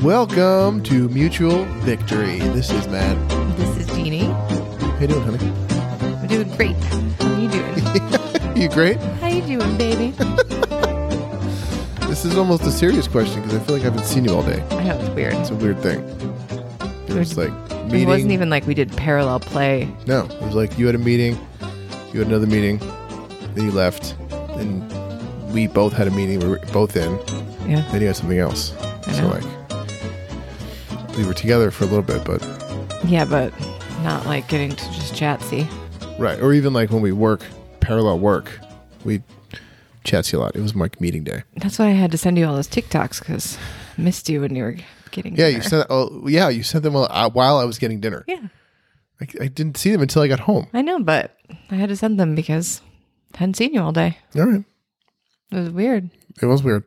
Welcome to Mutual Victory. This is Matt. This is Jeannie. How you doing, honey? I'm doing great. How you doing? You great? How you doing, baby? This is almost a serious question because I feel like I haven't seen you all day. I know it's weird. It's a weird thing. It was like meeting. It wasn't even like we did parallel play. no, it was like you had a meeting, you had another meeting, then you left, then we both had a meeting. We were both in. Yeah. Then you had something else. So know. like we were together for a little bit, but Yeah, but not like getting to just chatsy. Right. Or even like when we work parallel work, we chats a lot. It was like meeting day. That's why I had to send you all those TikToks because missed you when you were getting Yeah, dinner. you sent. Oh, yeah, you sent them while I, while I was getting dinner. Yeah, I, I didn't see them until I got home. I know, but I had to send them because I hadn't seen you all day. All right, It was weird. it was weird.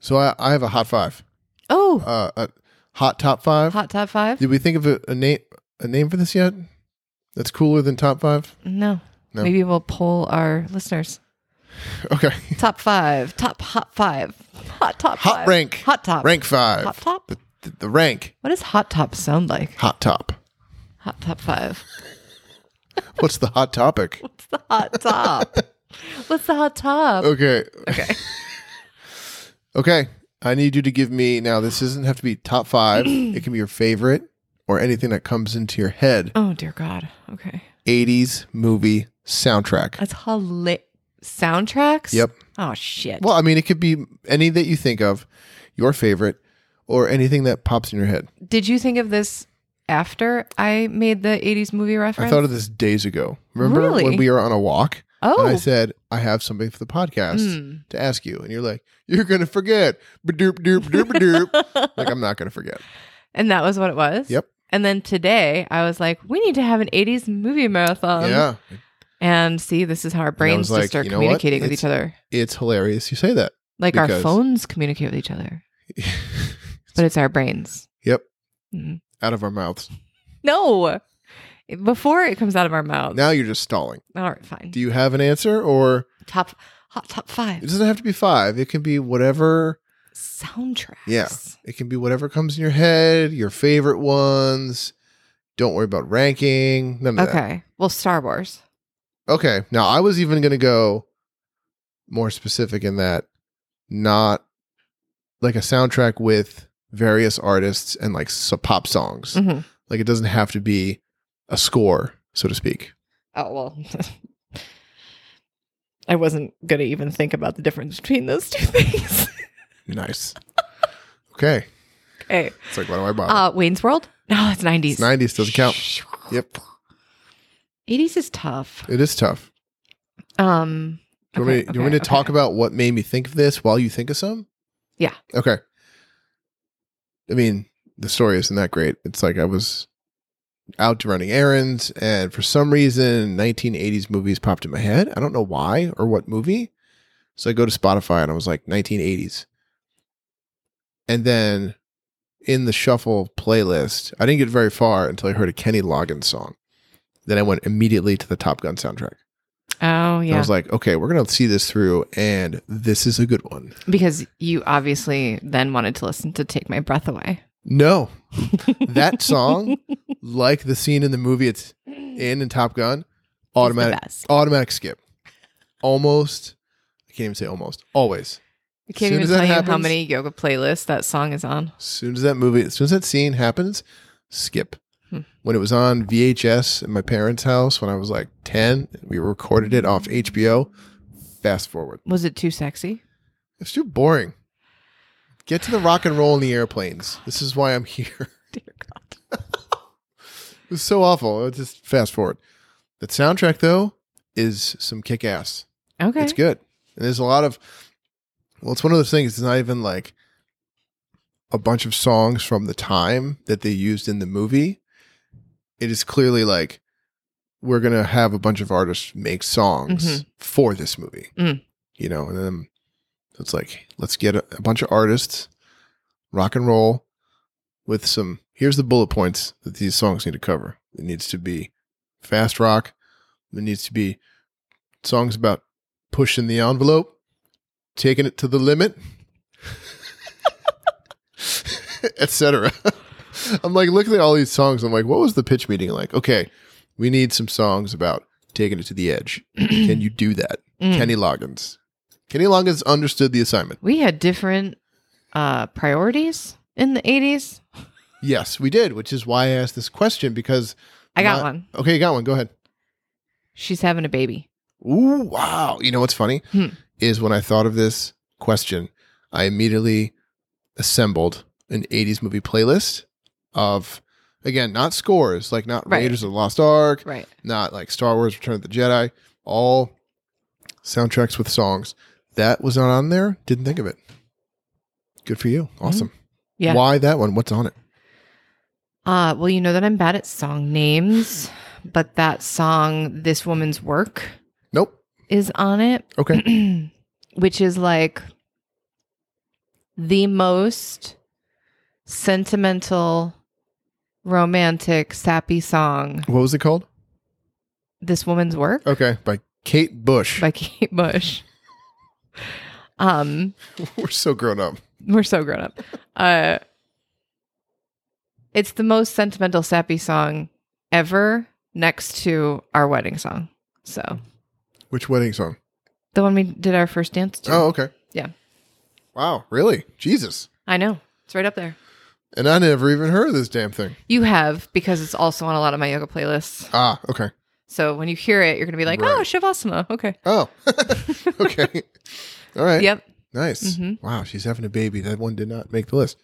So I, I have a hot five, Oh, uh, a hot top five. hot top five? Did we think of a, a name a name for this yet? That's cooler than top five. No. No. Maybe we'll poll our listeners. Okay, Top five, top hot five, hot top hot five. rank, hot top, rank five, hot top. The, the rank What does hot top sound like? hot top. Hot top five. What's the hot topic? What's the hot top? What's the hot top? Okay. Okay. okay. I need you to give me now. This doesn't have to be top five. it can be your favorite or anything that comes into your head. Oh dear God. Okay, Eighties movie soundtrack. that's hilarious. Soundtracks. Yep. Oh shit. Well, I mean, it could be any that you think of, your favorite, or anything that pops in your head. Did you think of this after I made the '80s movie I reference? thought of this days ago. Remember Really? when we were on a walk? oh, And I said, I have something for the podcast Mm. to ask you. And you're like, you're going to forget. Ba-doop, doop, doop, doop. like, I'm not going to forget. Hmm. and that was what it was. Yep. And then today, I was like, we need to have an '80s movie marathon. yeah. And see, this is how our brains was like, just are you know what? communicating with It's- each other, it's hilarious you say that. like our because- phones communicate with each other, but it's our brains. yep. Mhm. Out of our mouths. No. Before it comes out of our mouths. Now you're just stalling. All right, fine. Do you have an answer or top hot top it five doesn't have to be five. It can be whatever soundtracks. Yeah. it can be whatever comes in your head, your favorite ones. Don't worry about ranking. None of that. Okay. Well, Star Wars. Okay. Now I was even gonna go more specific in that not like a soundtrack with various artists and like so pop songs. Mhm. Like it doesn't have to be a score, so to speak. Oh well. I wasn't gonna even think about the difference between those two things. Nice. okay. okay. It's like, why do I bother? Uh, Wayne's World. No, that's nineties. it's 90s, doesn't count. Yep. Eighties is tough. It is tough. Um. Do you, want, me, okay, do you want me to okay, talk okay. about what made me think of this while you think of some? Yeah. Okay. I mean, the story isn't that great. It's like I was out running errands, and for some reason, 1980s movies popped in my head. I don't know why or what movie. So I go to Spotify and I was like, 1980s. And then in the shuffle playlist, I didn't get very far until I heard a Kenny Loggins song. Then I went immediately to the Top Gun soundtrack. Oh And I yeah, was like, okay, we're going to see this through, and this is a good one. because you obviously then wanted to listen to "Take My Breath Away." No, that song, like the scene in the movie it's in in Top Gun, automatic, It's the best. automatic skip. Almost, I can't even say almost, always. I can't soon even as tell that you how happens- many yoga playlists that song is on. As soon as that movie, as soon as that scene happens, skip. Hmm. When it was on VHS at my parents' house when I was like 10, we recorded it off HBO. Fast forward. Was it too sexy? It's too boring. Get to the rock and roll in the airplanes. This is why I'm here. Dear God. It was so awful. It just fast forward. The soundtrack though is some kick ass. Okay. It's good. And there's a lot of well, it's one of those things, it's not even like a bunch of songs from the time that they used in the movie. It is clearly like we're gonna have a bunch of artists make songs Mhm. for this movie. Mm. You know, and then it's like, let's get a, a bunch of artists, rock and roll, with some here's the bullet points that these songs need to cover. It needs to be fast rock. It needs to be songs about pushing the envelope, taking it to the limit. etc. I'm like looking at all these songs. I'm like, what was the pitch meeting like? Okay, we need some songs about taking it to the edge. Can you do that, Mm. Kenny Loggins? Kenny Loggins understood the assignment. we had different uh, priorities in the 80s. Yes, we did, which is why I asked this question because I got My- one. okay, you got one. Go ahead. She's having a baby. Ooh, wow. You know what's funny Hmm. is when I thought of this question, I immediately assembled an 80s movie playlist of again, not scores, like not Right. Raiders of the Lost Ark, Right. not like Star Wars Return of the Jedi, all soundtracks with songs. That was not on there. Didn't think of it. Good for you. Awesome. Mm-hmm. Yeah. Why that one? What's on it? Uh, well, you know that I'm bad at song names, but that song, This Woman's Work, Nope. is on it. Okay. which is like the most sentimental, romantic, sappy song. what was it called? This woman's work Okay. By Kate Bush. by Kate Bush. Um, We're so grown up. we're so grown up. Uh, it's the most sentimental, sappy song ever, next to our wedding song. So Which wedding song? the one we did our first dance to. Oh, okay. Yeah. Wow, really? Jesus. I know it's right up there. And I never even heard of this damn thing. You have because it's also on a lot of my yoga playlists. Ah, okay. So when you hear it, you're going to be like, Right. oh, Shavasana. Okay. Oh. okay. All right. Yep. Nice. Mhm. Wow, she's having a baby. That one did not make the list.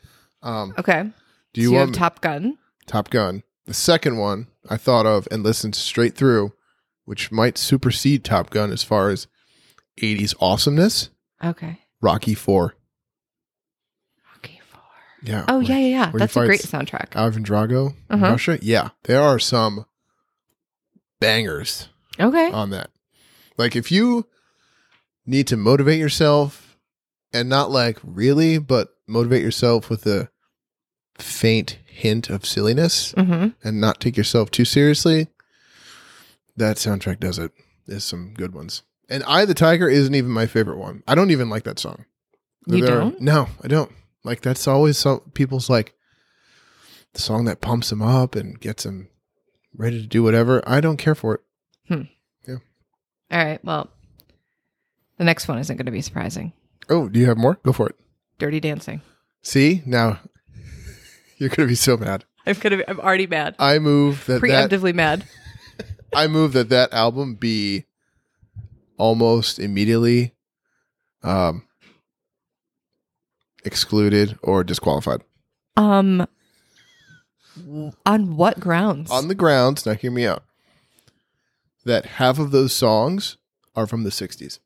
Um, Okay. do you Oh, so you want have me- Top Gun. Top Gun? The second one I thought of and listened straight through, which might supersede Top Gun as far as 80s awesomeness, Okay. Rocky 4. Rocky Four. Yeah. Oh, where- yeah, yeah, yeah. you That's a fight great s- soundtrack. Ivan Drago in Uh-huh. Russia. Yeah. There are some bangers. okay. on that. Like if you need to motivate yourself and not like really, but motivate yourself with a faint hint of silliness hmm and not take yourself too seriously, that soundtrack does it. There's some good ones. And I the Tiger isn't even my favorite one. I don't even like that song. You There- don't? No, I don't. Like that's always some people's like the song that pumps them up and gets them ready to do whatever. I don't care for it. All right. Well, the next one isn't going to be surprising. Oh, do you have more? Go for it. Dirty Dancing. See now, you're gonna be so mad. I'm going to be, I'm already mad. I move Uh, that, that Preemptively mad. I move that that album be almost immediately um, excluded or disqualified Um, on what grounds? on the grounds. Now hear me out. That half of those songs are from the '60s,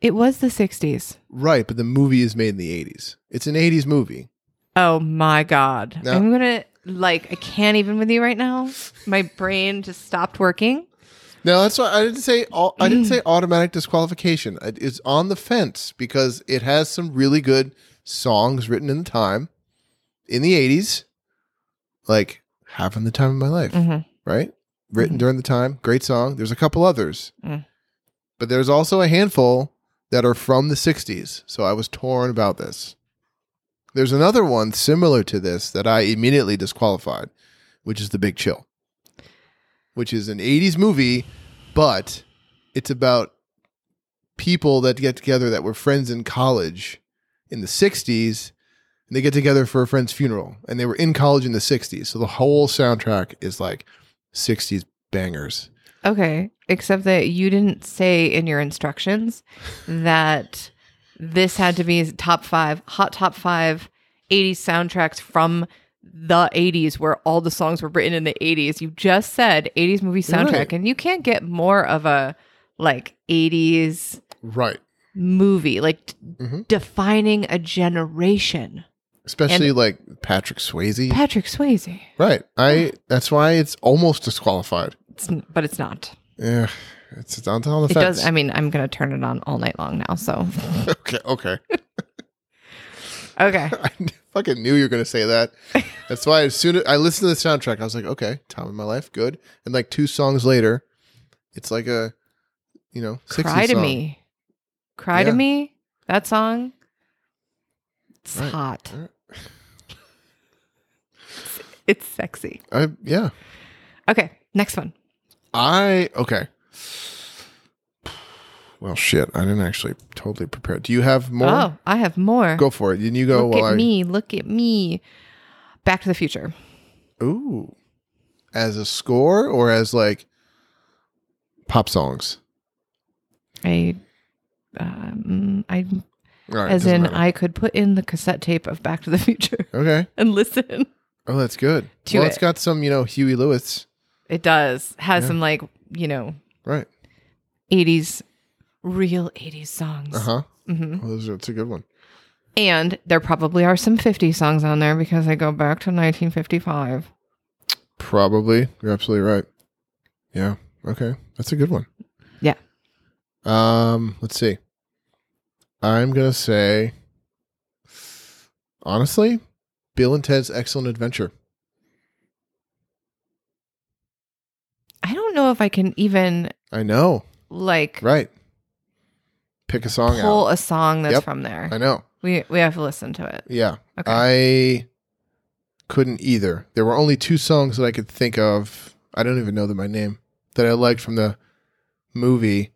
it was the 60s. right? But the movie is made in the '80s. It's an '80s movie. Oh my God. No. I'm going to, like, I can't even with you right now. My brain just stopped working. No, that's why I didn't say all, I didn't say automatic disqualification. It- It's on the fence because it has some really good songs written in the time in the 80s like having the time of my life, Mhm. right? Written Mhm. during the time, great song. There's a couple others. Mm. But there's also a handful that are from the 60s. So I was torn about this. There's another one similar to this that I immediately disqualified, which is The Big Chill, which is an 80s movie, but it's about people that get together that were friends in college in the 60s and they get together for a friend's funeral and they were in college in the 60s so the whole soundtrack is like 60s bangers Okay, except that you didn't say in your instructions that this had to be top five, hot top five 80s soundtracks from the 80s where all the songs were written in the 80s. You just said 80s movie soundtrack, right. and you can't get more of a like 80s right movie, like d- Mhm. defining a generation. especially like patrick swayze Patrick Swayze, right i that's why it's almost disqualified it's, n- but it's not. yeah it's, it's on, on the It fence does. I mean, I'm going to turn it on all night long now. So, okay okay okay. i kn- fucking knew you were going to say that that's why as soon as i listened to the soundtrack i was like okay time of my life good and like two songs later it's like a you know 60s Cry to song. me. Cry Yeah. to me. That song. It's Right. hot. All right. It's sexy. I yeah. Okay, next one. I okay. Well, shit. I didn't actually totally prepare. Do you have more? Oh, I have more. Go for it. Then you go look while at I. me. Look at me. Back to the Future. Ooh. As a score or as like pop songs? I, um, I All right, as doesn't in matter. I could put in the cassette tape of Back to the Future Okay. and listen. Oh, that's good. To well, it. has it. got some, you know, Huey Lewis. It does has Yeah. some like you know Right. eighties, real eighties songs. Uh huh. hmm Well, those are- that's a good one. And there probably are some 50 songs on there because I go back to 1955. Probably. You're absolutely right. Yeah. Okay. That's a good one. Yeah. Um, let's see. I'm gonna say honestly, Bill and Ted's Excellent Adventure. I don't know if I can even I know. like Right. Pick a song pull out. a song that's Yep. from there. I know. We we have to listen to it. Yeah. I Okay. couldn't either. There were only two songs that I could think of. I don't even know them by name that I liked from the movie,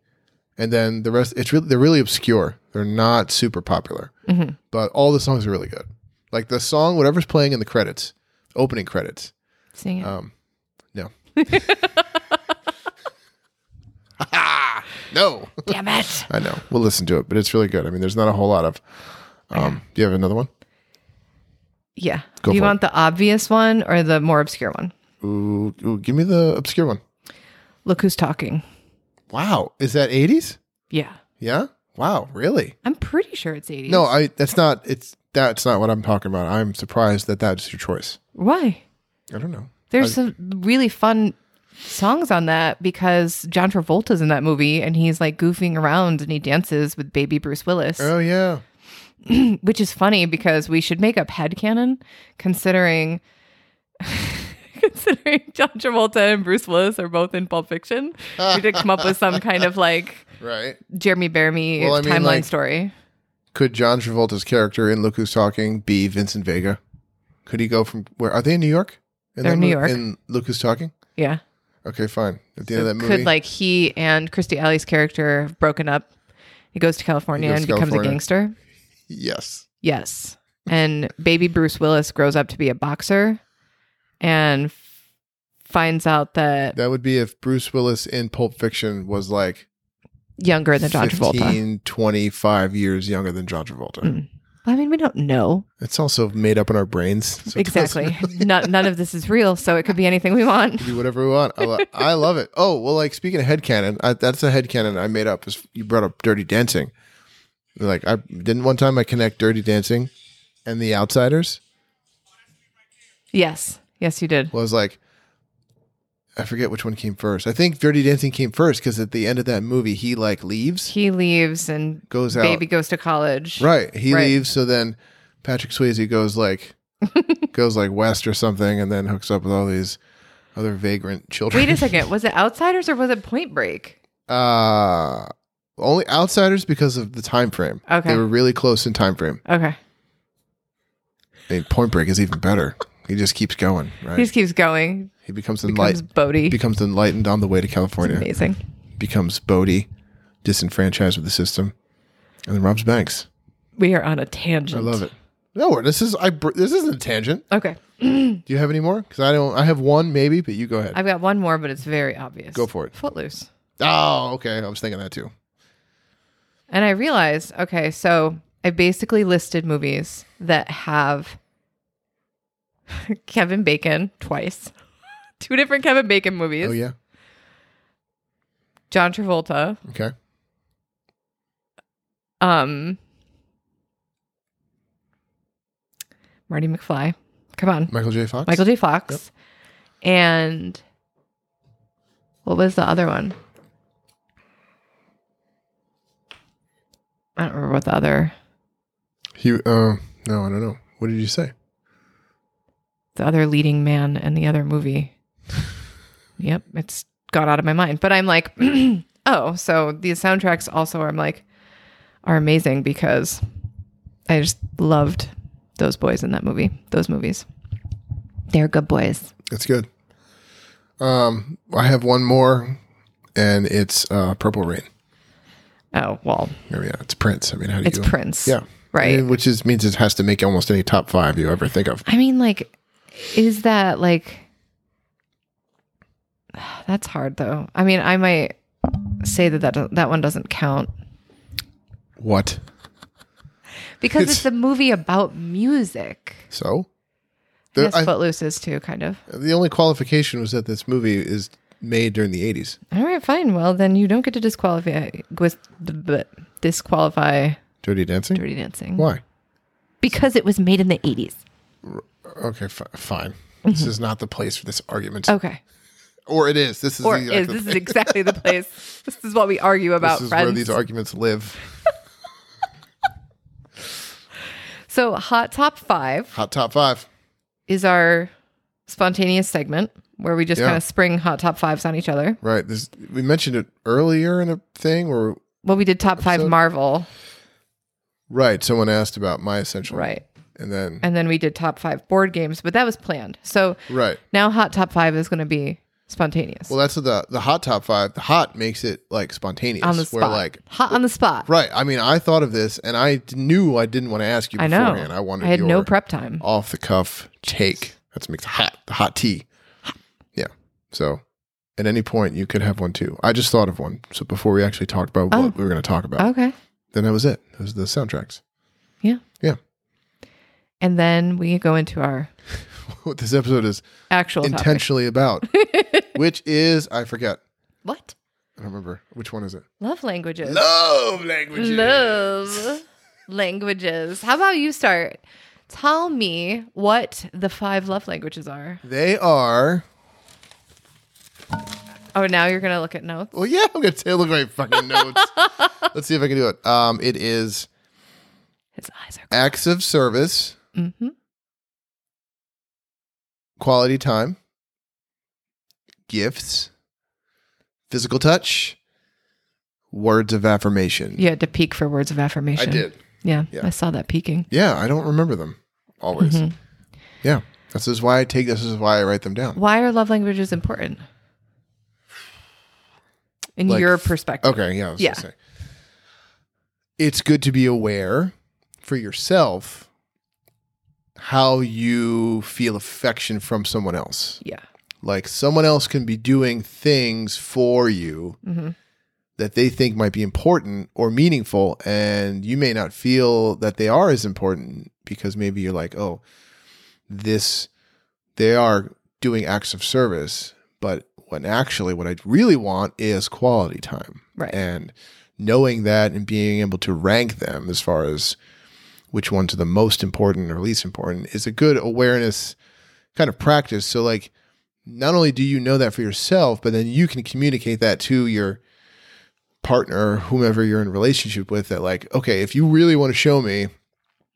and then the rest. It's really they're really obscure. They're not super popular, Mhm. but all the songs are really good. Like the song, whatever's playing in the credits, opening credits. Sing it. Um, no. Ha-ha! no. Damn it. I know. We'll listen to it, but it's really good. I mean, there's not a whole lot of. Um, do you have another one? Yeah. Go Do you for it. want the obvious one or the more obscure one? Ooh, ooh, give me the obscure one. Look who's talking. Wow, is that 80s? Yeah. Yeah. Wow, really? I'm pretty sure it's 80s. No, I that's not it's that's not what I'm talking about. I'm surprised that that's your choice. Why? I don't know. There's some really fun songs on that because John Travolta's in that movie and he's like goofing around and he dances with baby Bruce Willis. Oh yeah. which is funny because we should make up headcanon considering considering John Travolta and Bruce Willis are both in Pulp Fiction. We did come up with some kind of like Right. Jeremy Bear Me Well, I mean, timeline like- story. Could John Travolta's character in Look Who's Talking be Vincent Vega? Could he go from where are they in New York? In They're that in New mo- York. In Look Who's Talking? Yeah. Okay, fine. At the end of that movie. Could like he and Christy Alley's character have broken up? He goes to California goes and to becomes California. a gangster. yes. Yes. And baby Bruce Willis grows up to be a boxer and f- finds out that That would be if Bruce Willis in Pulp Fiction was like younger than John Travolta. 15, 25 years younger than John Travolta. Mm. I mean, we don't know. It's also made up in our brains. So it doesn't exactly. No- none of this is real, so it could be anything we want. do whatever we want. I, lo- I love it. Oh, well, like speaking of headcanon, I, that's a headcanon I made up. Is you brought up Dirty Dancing. Like I didn't one time I connect Dirty Dancing and The Outsiders Yes. Yes, you did. was like I forget which one came first. I think Dirty Dancing came first because at the end of that movie he like leaves, He leaves and goes out, baby goes to college. right? He Right. leaves, so then Patrick Swayze goes like goes like west or something, and then hooks up with all these other vagrant children. Wait a second. Was it Outsiders or was it Point Break? Uh only outsiders because of the time frame. Okay. They were really close in time frame. Okay. I mean, Point Break is even better. He just keeps going, He right? just keeps going. He becomes Becomes enlightened. Bodhi. Becomes enlightened on the way to California. Amazing. Becomes Bodhi, disenfranchised with the system, and then robs banks. We are on a tangent. I love it. No, this is I. br- This isn't a tangent. Okay. Do you have any more? Because I don't. I have one maybe, but you go ahead. I've got one more, but it's very obvious. Go for it. Footloose. oh, okay. I was thinking that too. And I realized, okay, so I basically listed movies that have Kevin Bacon twice. Two different Kevin Bacon movies. Oh yeah. John Travolta. Okay. Um Marty McFly. Come on. Michael J. Fox. Michael J. Fox. And what was the other one? I don't remember what the other He. Uh, no, I don't know. What did you say? the other leading man in the other movie. yep, it's got out of my mind. But I'm like, oh, so these soundtracks also are I'm like are amazing because I just loved those boys in that movie, those movies. They're good boys. It's good. Um, I have one more, and it's uh, Purple Rain. Oh well, I mean, it's Prince. I mean, how do it's you? Prince. Yeah, Right. I mean, which is means it has to make almost any top five you ever think of. I mean, like, is that like? That's hard though. I mean, I might say that that, do- that one doesn't count What? because It's- it's, a movie about music. So I There- guess I- Footloose is too, kind of. the only qualification was that this movie is made during the eighties. All right, fine. Well, then you don't get to disqualify gwis- b- b- disqualify Dirty Dancing. Dirty Dancing Why? because it was made in the eighties. Okay, f- fine. This Mm-hmm. is not the place for this argument, Okay, or it is. This is Oh. or the, is, this is exactly the place. This is what we argue about, this is where friends. these arguments live. so, hot top five. Hot top five. is our spontaneous segment where we just Yeah. kind of spring hot top fives on each other. Right. This we mentioned it earlier in a thing where Well, we did top five Episode- Marvel, right someone asked about my essential right? and then And then we did top five board games, but that was planned. So right. now hot top five is going to be spontaneous Well, that's the the hot top five. The hot makes it like spontaneous. on the where spot, like hot on the spot. right. I mean, I thought of this and I d- knew I didn't want to ask you I know. beforehand. I wanted I had your no prep time. off the cuff take. That's makes it hot the hot tea. Yeah. So at any point you could have one too. I just thought of one. So before we actually talked about Oh. what we were going to talk about, Okay, then that was it. That was the soundtracks. and then we go into our what this episode is actual topic. intentionally about, which is I forget. What I don't remember which one is it. love languages? Love languages. Love languages. How about you start? Tell me what the five love languages are. They are. Oh, now you're gonna look at notes. Well, yeah, I'm gonna take a look at my fucking notes. Let's see if I can do it. Um, it is His eyes are. acts of service, Mm-hmm. quality time, gifts, physical touch, words of affirmation. You had to peek for words of I affirmation. did. Yeah, Yeah. I saw that peeking. Yeah, I don't remember them always. Mhm. Yeah, this is why I take. This is why I write them down. Why are love languages important? In Like, your perspective. Okay, yeah. I was Yeah. gonna say. It's good to be aware for yourself how you feel affection from someone else. Yeah. Like someone else can be doing things for you hmm that they think might be important or meaningful and you may not feel that they are as important because maybe you're like, "Oh, this they are doing acts of service, but when actually what I really want is quality time." Right. and knowing that and being able to rank them as far as which ones are the most important or least important is a good awareness kind of practice so like not only do you know that for yourself but then you can communicate that to your partner whomever you're in a relationship with that like okay if you really want to show me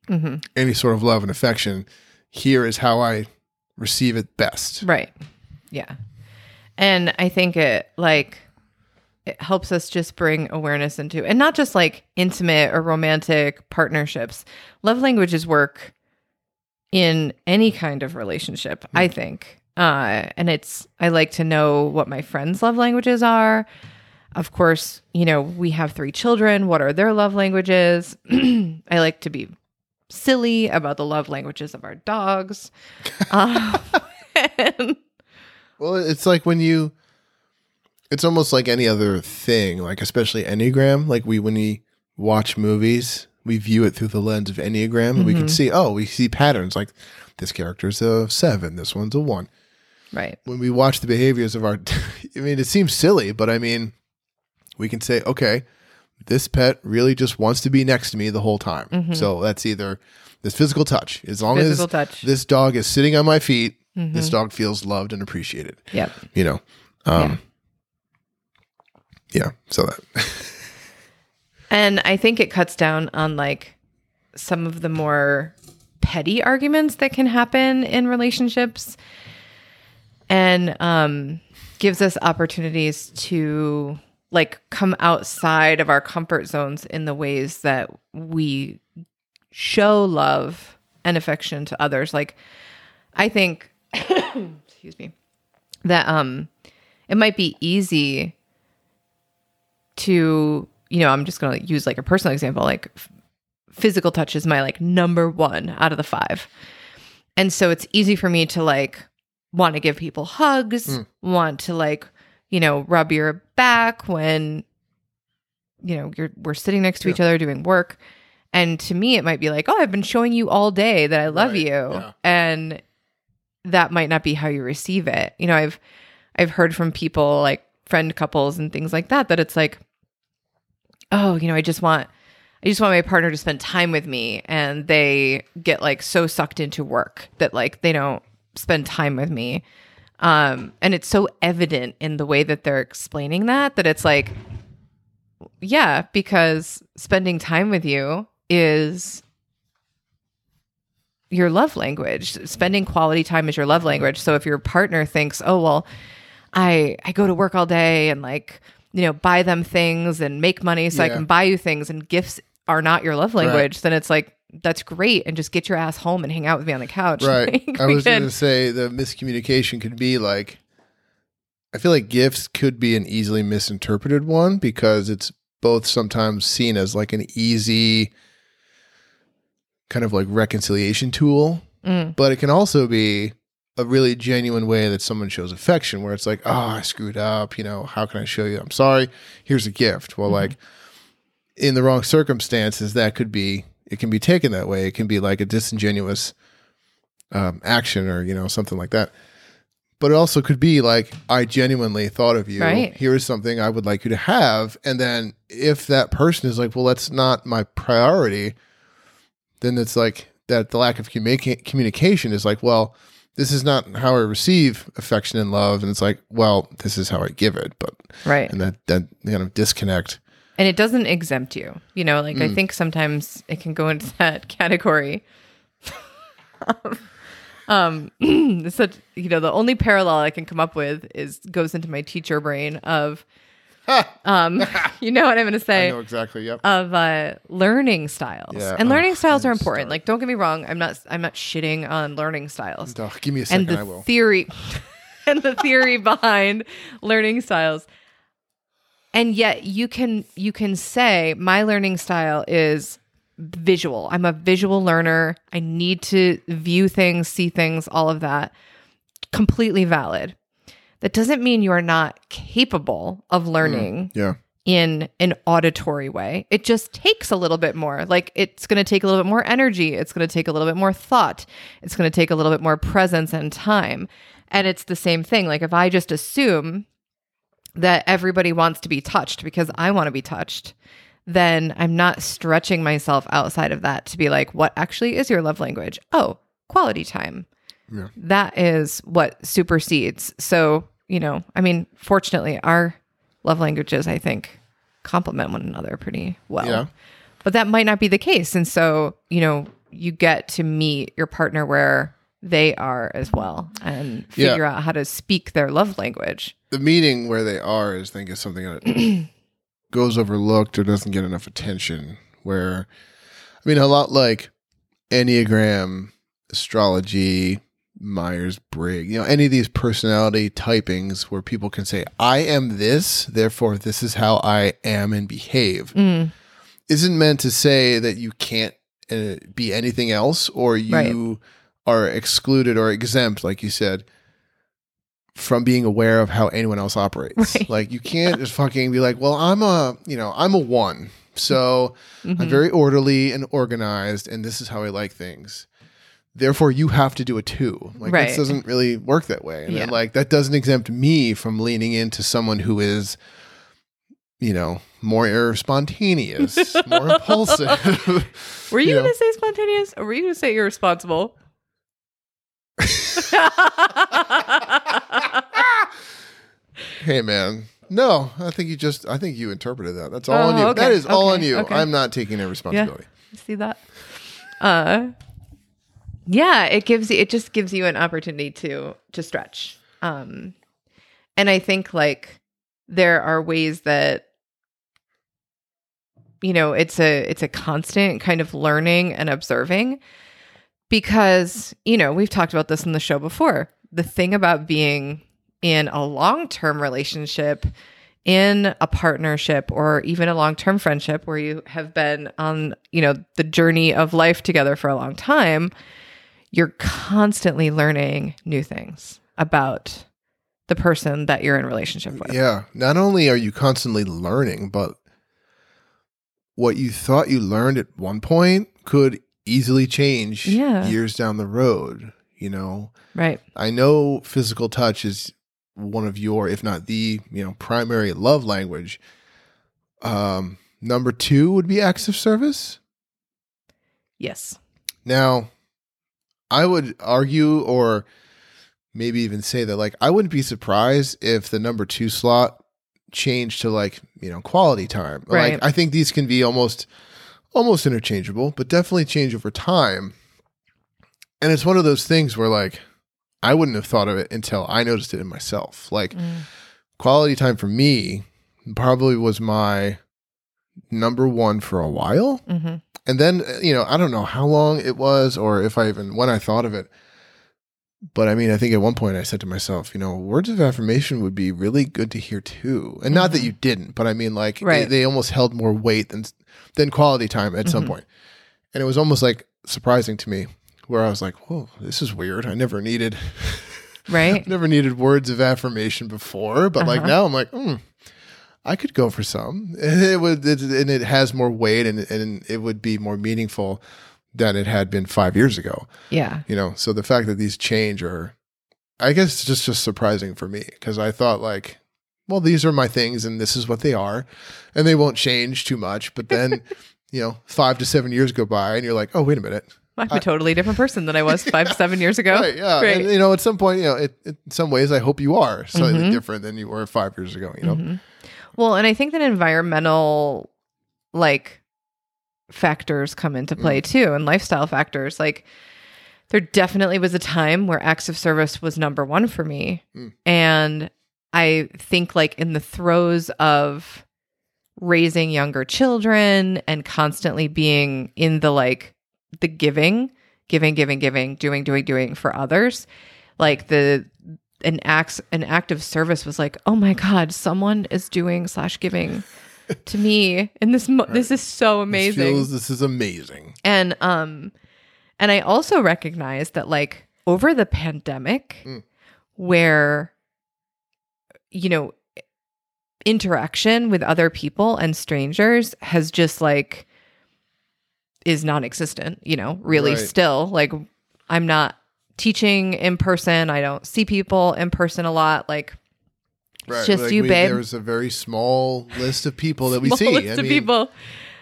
hmm any sort of love and affection here is how i receive it best Right. Yeah. And I think it like it helps us just bring awareness into and not just like intimate or romantic partnerships. Love languages work in any kind of relationship, I think. Uh and it's I like to know what my friends' love languages are. Of course, you know, we have three children. What are their love languages? I like to be silly about the love languages of our dogs. Um, and- Well, it's like when you, it's almost like any other thing, like especially Enneagram. Like we, when we watch movies, we view it throrough the lens of Enneagram and Mm-hmm. we can see, oh, we see patterns like this character's a seven, this one's a one. Right. When we watch the behaviors of our, I mean, it seems silly, but I mean, we can say, okay, this pet really just wants to be next to me the whole time. So that's either this physical touch, as long Mm-hmm. Physical as touch. Mm-hmm. this dog is sitting on my feet, this dog feels loved and appreciated Yep. you know um yeah, so that And I think it cuts down on like some of the more petty arguments that can happen in relationships and um gives us opportunities to like come outside of our comfort zones in the ways that we show love and affection to others like I think excuse me that um it might be easy to you know i'm just gonna use like a personal example like f- physical touch is my like number one out of the five and so it's easy for me to like want to give people hugs Mm. want to like you know rub your back when you know you're we're sitting next to each other doing work and to me it might be like oh i've been showing you all day that i love Right, you yeah. and that might not be how you receive it. You know, I've I've heard from people like friend couples and things like that that it's like oh, you know, I just want I just want my partner to spend time with me and they get like so sucked into work that like they don't spend time with me. Um and it's so evident in the way that they're explaining that that it's like yeah, because spending time with you is your love language. Spending quality time is your love language. So if your partner thinks, "Oh well, I I go to work all day and like, you know, buy them things and make money so I Yeah. can buy you things and gifts are not your love language," then it's like that's great and just get your ass home and hang out with me on the couch. Right. Like, I we was going can- to say the miscommunication could be like, I feel like gifts could be an easily misinterpreted one because it's both sometimes seen as like an easy kind of like reconciliation tool, Mm, but it can also be a really genuine way that someone shows affection where it's like, oh, I screwed up. You know, how can I show you? I'm sorry. Here's a gift. Well, Mhm. like in the wrong circumstances, that could be, it can be taken that way. It can be like a disingenuous um, action or, you know, something like that. But it also could be like, I genuinely thought of you. Right. Here is something I would like you to have. And then if that person is like, well, that's not my priority, then it's like that the lack of communica- communication is like, well, this is not how I receive affection and love. And it's like, well, this is how I give it. But, right. and that, that kind of disconnect. and it doesn't exempt you you know like i Mm. think sometimes it can go into that category um it's such you know the only parallel i can come up with is goes into my teacher brain of um you know what i'm going to I say know exactly. Yep. of uh learning styles Yeah, and learning ugh, styles are don't important start. like don't get me wrong i'm not i'm not shitting on learning styles Duh, give me a and second. I the will. theory and the theory behind learning styles and yet you can you can say my learning style is visual i'm a visual learner i need to view things see things all of that completely valid that doesn't mean you are not capable of learning yeah. in an auditory way. It just takes a little bit more. Like it's going to take a little bit more energy. It's going to take a little bit more thought. It's going to take a little bit more presence and time. And it's the same thing. Like if I just assume that everybody wants to be touched because I want to be touched, then I'm not stretching myself outside of that to be like, what actually is your love language? Oh, quality time. Yeah. That is what supersedes. So, you know, I mean, fortunately, our love languages, I think, complement one another pretty well. Yeah. But that might not be the case. And so, you know, you get to meet your partner where they are as well and Yeah. figure out how to speak their love language. The meeting where they are is, I think, is something that goes overlooked or doesn't get enough attention. Where, I mean, a lot like Enneagram, astrology, Myers Briggs, you know, any of these personality typings where people can say, I am this, therefore, this is how I am and behave. Mm, isn't meant to say that you can't uh, be anything else or you Right. are excluded or exempt, like you said, from being aware of how anyone else operates. Right. Like you can't just fucking be like, well, I'm a, you know, I'm a one. So mhm. I'm very orderly and organized and this is how I like things. Therefore, you have to do it too. Like Right. this doesn't really work that way. And Yeah. like that doesn't exempt me from leaning into someone who is, you know, more spontaneous, more impulsive. Were you, you know. going to say spontaneous or were you going to say irresponsible? hey, man. No, I think you just. I think you interpreted that. That's all on Oh, you. okay, that is all okay, on you. okay. I'm not taking any responsibility. You see that? Uh, yeah, it gives you, it just gives you an opportunity to, to stretch. Um, and I think like there are ways that, you know, it's a, it's a constant kind of learning and observing because, you know, we've talked about this in the show before. the thing about being in a long term relationship, in a partnership, or even a long term friendship where you have been on, you know, the journey of life together for a long time, you're constantly learning new things about the person that you're in relationship with. Yeah. Not only are you constantly learning, but what you thought you learned at one point could easily change Yeah. years down the road. You know, Right. I know physical touch is one of your, if not the, you know, primary love language. Um, number two would be acts of service. Yes. Now, I would argue, or maybe even say that, like, I wouldn't be surprised if the number two slot changed to like you know quality time. Right. Like, I think these can be almost almost interchangeable, but definitely change over time. And it's one of those things where like I wouldn't have thought of it until I noticed it in myself. Mm. Like Mm-hmm. quality time for me probably was my number one for a while Mm-hmm. and then uh, you know i don't know how long it was or if i even when i thought of it but i mean i think at one point i said to myself you know words of affirmation would be really good to hear too and not that you didn't but i mean like they- Right. they, almost held more weight than than quality time at some Mhm. point and it was almost like surprising to me where i was like whoa this is weird i never needed Right. never needed words of affirmation before but like Uh-huh. now i'm like hmm I could go for some. It would, it, and it has more weight, and and it would be more meaningful than it had been five years ago. Yeah. You know, so the fact that these change are, I guess, it's just just surprising for me because I thought like, well, these are my things, and this is what they are, and they won't change too much. But then, you know, five to seven years go by, and you're like, oh, wait a minute, I'm a totally different person than I was five, seven years ago. right? Yeah, Right. and you know, at some point, you know, it, it, in some ways, I hope you are slightly Mhm. different than you were five years ago. You know, Mhm. Well, and I think that environmental like factors come into Mm. play too and lifestyle factors. Like there definitely was a time where acts of service was number 1 for me. Mm. And I think like in the throes of raising younger children and constantly being in the like the giving, giving, giving, giving, doing, doing, doing for others. Like the an acts an act of service was like, oh my god, someone is doing slash giving to me, and this mo- this is so This amazing. feels- this is amazing. and um, and I also recognize that like over the pandemic, Mm. where you know interaction with other people and strangers has just like is non-existent you know really Right. still like i'm not teaching in person i don't see people in person a lot like It's just you, we, babe. There's a very small list of people that we small see. I list of mean, people.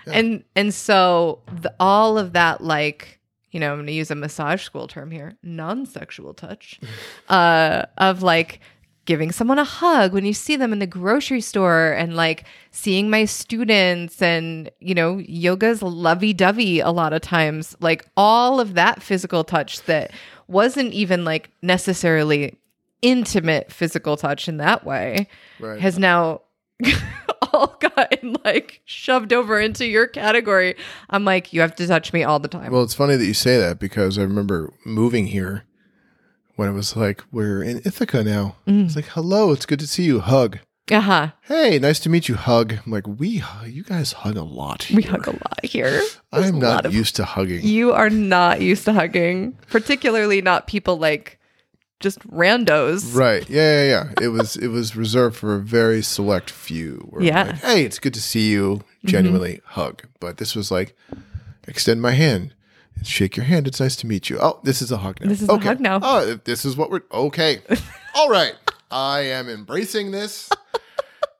yeah. And and so the, all of that, like you know, I'm going to use a massage school term here, non-sexual touch, uh, of like giving someone a hug when you see them in the grocery store and like seeing my students and you know yoga's lovey-dovey a lot of times like all of that physical touch that wasn't even like necessarily intimate physical touch in that way right. has now all gotten like shoved over into your category. I'm like, you have to touch me all the time. well, it's funny that you say that because I remember moving here when it was like we're in Ithaca now. Mm-hmm. It's like hello, it's good to see you. Hug. uh huh. Hey, nice to meet you. Hug. I'm like we, hu- you guys hug a lot. We here. hug a lot here. I'm a lot not of- used to hugging. You are not used to hugging, particularly not people like just randos. Right. Yeah, yeah, yeah. it was it was reserved for a very select few. where, Yeah. Mm-hmm. like, hey, it's good to see you. Genuinely hug. But this was like extend my hand. Shake your hand. It's nice to meet you. Oh, this is a hug now. This is a hug now. Oh, this is what we're okay. All right. I am embracing this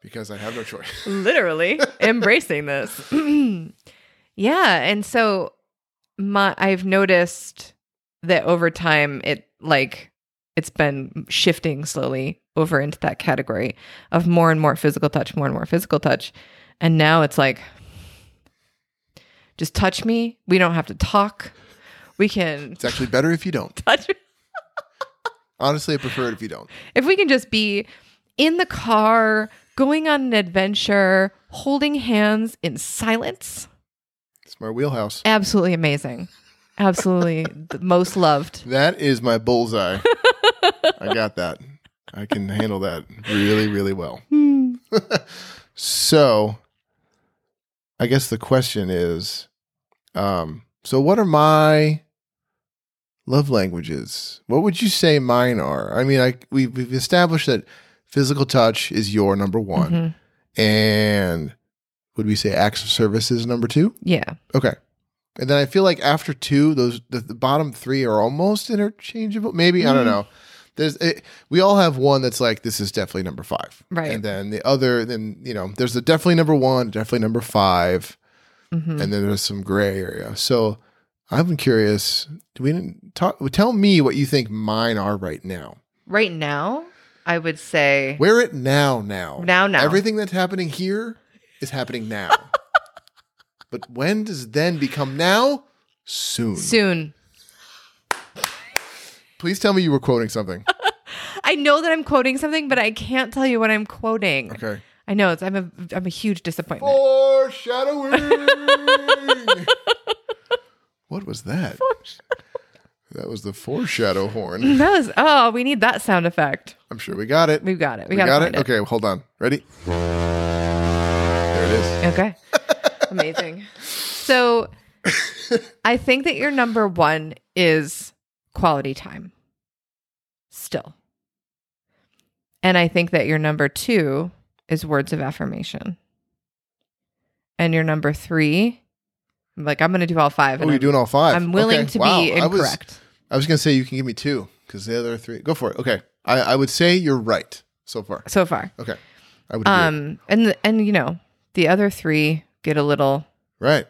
because I have no choice. Literally embracing this. yeah. And so my I've noticed that over time it like it's been shifting slowly over into that category of more and more physical touch, more and more physical touch. And now it's like just touch me. We don't have to talk. We can It's actually better if you don't. touch Honestly, I prefer it if you don't. if we can just be in the car going on an adventure, holding hands in silence. It's my wheelhouse. Absolutely amazing. Absolutely the most loved. That is my bullseye. I got that. I can handle that really, really well. Hmm. so I guess the question is um so what are my love languages? What would you say mine are? I mean, I we we've established that physical touch is your number one Mhm. and would we say acts of service is number 2? Yeah. Okay. And then I feel like after 2, those the, the bottom 3 are almost interchangeable. Maybe, I don't Mhm. know. There's it, we all have one that's like this is definitely number 5. Right. And then the other, then you know, there's the definitely number one, definitely number 5 Mhm. and then there's some gray area. So I've been curious. Do we didn't talk? Tell me what you think mine are right now. right now, I would say Wear it now, now, now now Everything that's happening here is happening now. but when does then become now? Soon. soon. Please tell me you were quoting something. I know that I'm quoting something, but I can't tell you what I'm quoting. Okay. I know it's I'm a I'm a huge disappointment. Foreshadowing. what was that? That was the foreshadow horn. That was oh, we need that sound effect. I'm sure we got it. We've got it. We, We gotta got it? find it. Okay, hold on. Ready? There it is. Okay. Amazing. So I think that your number one is quality time. Still. And I think that your number two is words of affirmation. And your number three, I'm like I'm gonna do all five. Oh, and you're I'm, doing all five. I'm willing Okay. to Wow. be I was- incorrect. I was, gonna say you can give me two because the other three. Go for it. Okay. I, I would say you're right so far. so far. Okay. I would agree. Um and the, and you know, the other three get a little right.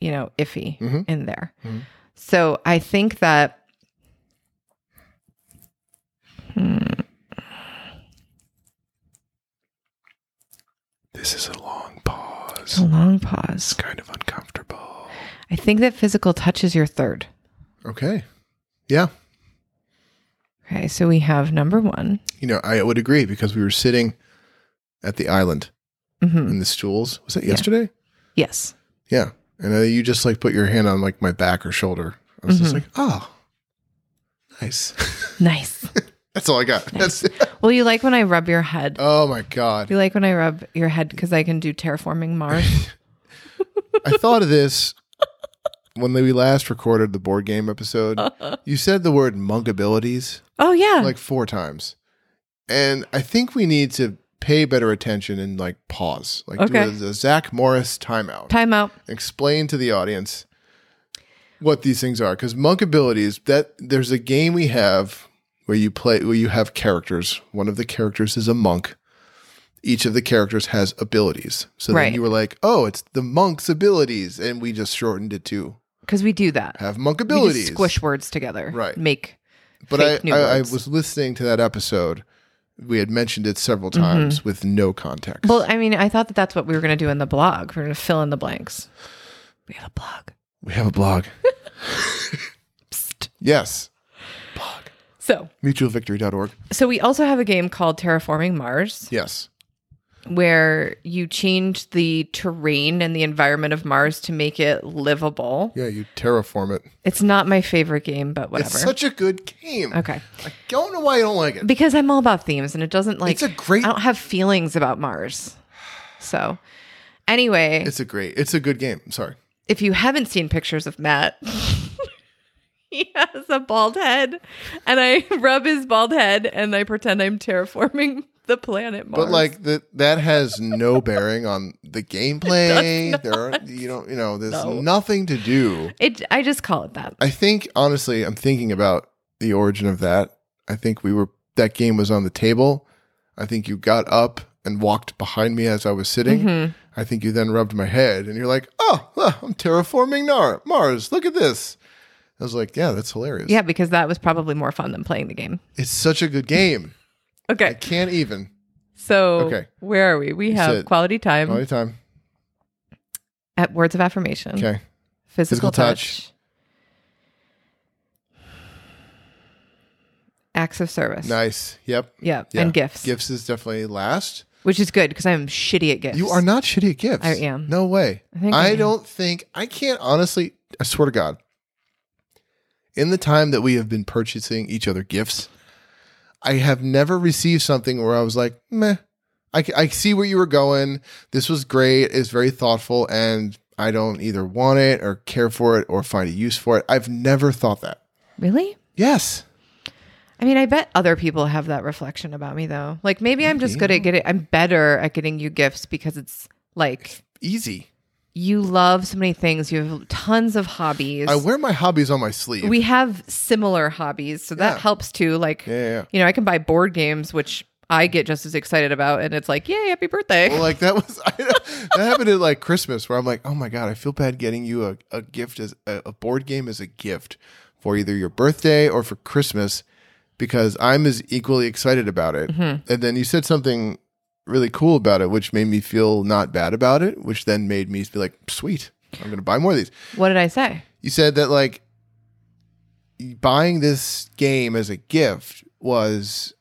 you know, iffy Mhm. in there. Mhm. So I think that This is a long pause. a long pause. kind of uncomfortable. I think that physical touch is your third. Okay. Yeah. Okay, so we have number one. You know, I would agree because we were sitting at the island hmm in the stools. Was that yesterday? Yes. Yeah. And uh, you just like put your hand on like my back or shoulder. I was just Mhm. like, oh, nice. Nice. That's all I got. Nice. That's well, you like when I rub your head. Oh my god. You like when I rub your head because I can do terraforming Mars. I thought of this when we last recorded the board game episode. You said the word monk abilities oh yeah. like four times. And I think we need to pay better attention and like pause. Like Okay. do a, a Zach Morris timeout. Time out. Explain to the audience what these things are. Because monk abilities, that there's a game we have where you play where you have characters. One of the characters is a monk. Each of the characters has abilities. So Right. then you were like, oh, it's the monk's abilities. And we just shortened it to Because we do that. have monk We abilities. just squish words together. Right. Make. But fake I, new I, I words. was listening to that episode. We had mentioned it several times with no context. Mm-hmm. Well, I mean, I thought that that's what we were going to do in the blog. We're going to fill in the blanks. We have a blog. we have a blog. Psst. Yes. Blog. So, Mutualvictory.org. so we also have a game called Terraforming Mars. Yes. where you change the terrain and the environment of Mars to make it livable. Yeah, you terraform it. It's not my favorite game, but whatever. It's such a good game. okay. I don't know why I don't like it. Because I'm all about themes and it doesn't like It's a great- I don't have feelings about Mars. So anyway, It's a great. It's a good game. I'm sorry. if you haven't seen pictures of Matt, he has a bald head and I rub his bald head and I pretend I'm terraforming the planet Mars. But like that that has no bearing on the gameplay. There are you don't you know, there's No. nothing to do. it I just call it that. I think honestly, I'm thinking about the origin of that. I think we were that game was on the table. I think you got up and walked behind me as I was sitting. Mhm. I think you then rubbed my head and you're like, "Oh, huh, I'm terraforming Nar- Mars. Look at this." I was like, "Yeah, that's hilarious. Yeah, because that was probably more fun than playing the game. It's such a good game. Okay. I can't even." So Okay. where are we? We You have said- quality time All the time. at words of affirmation, Okay. physical, Physical touch. touch, acts of service. Nice. Yep. Yeah, Yeah. and gifts, Gifts is definitely last. which is good because I'm shitty at gifts. You are not shitty at gifts. I am. No way. I I, think I am. don't think I can't honestly. I swear to God. In the time that we have been purchasing each other gifts, I have never received something where I was like, meh. I, c- I see where you were going. This was great. It's very thoughtful, and I don't either want it or care for it or find a use for it. I've never thought that. Really? Yes. I mean, I bet other people have that reflection about me though. Like maybe I'm just good at getting I'm better at getting you gifts because it's like Easy. you love so many things. You have tons of hobbies. I wear my hobbies on my sleeve. we have similar hobbies, so that Yeah. helps too. Like yeah, yeah, yeah. you know, I can buy board games which I get just as excited about and it's like, "Yay, happy birthday." Well, like that was I, that happened at like Christmas, where I'm like, oh my god, I feel bad getting you a, a gift as a, a board game as a gift for either your birthday or for Christmas, because I'm as equally excited about it. And then you said something really cool about it, which made me feel not bad about it, which then made me be like, sweet, I'm gonna buy more of these. what did I say? You said that like buying this game as a gift was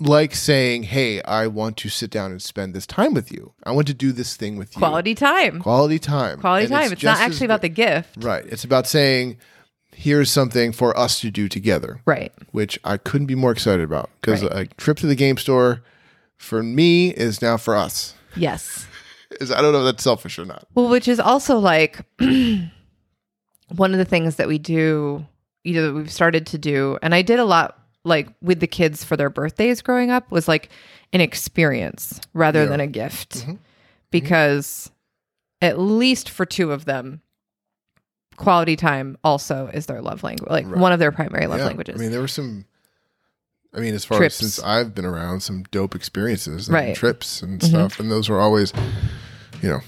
like saying, "Hey, I want to sit down and spend this time with you. I want to do this thing with you." Quality time. quality time, Quality And time. It's, not just as actually about the gift. good- right. It's about saying, "Here's something for us to do together," Right. which I couldn't be more excited about because Right. a trip to the game store for me is now for us. Yes. Is I don't know if that's selfish or not. Well, which is also like one of the things that we do, you know, that we've started to do, and I did a lot like with the kids for their birthdays growing up was like an experience rather Yeah. than a gift Mhm. because at least for two of them quality time also is their love language like Right. one of their primary love Yeah. languages I mean, there were some. I mean, as far Trips. as since I've been around, some dope experiences, and Right. Mm-hmm. Trips and stuff, and those were always, you know,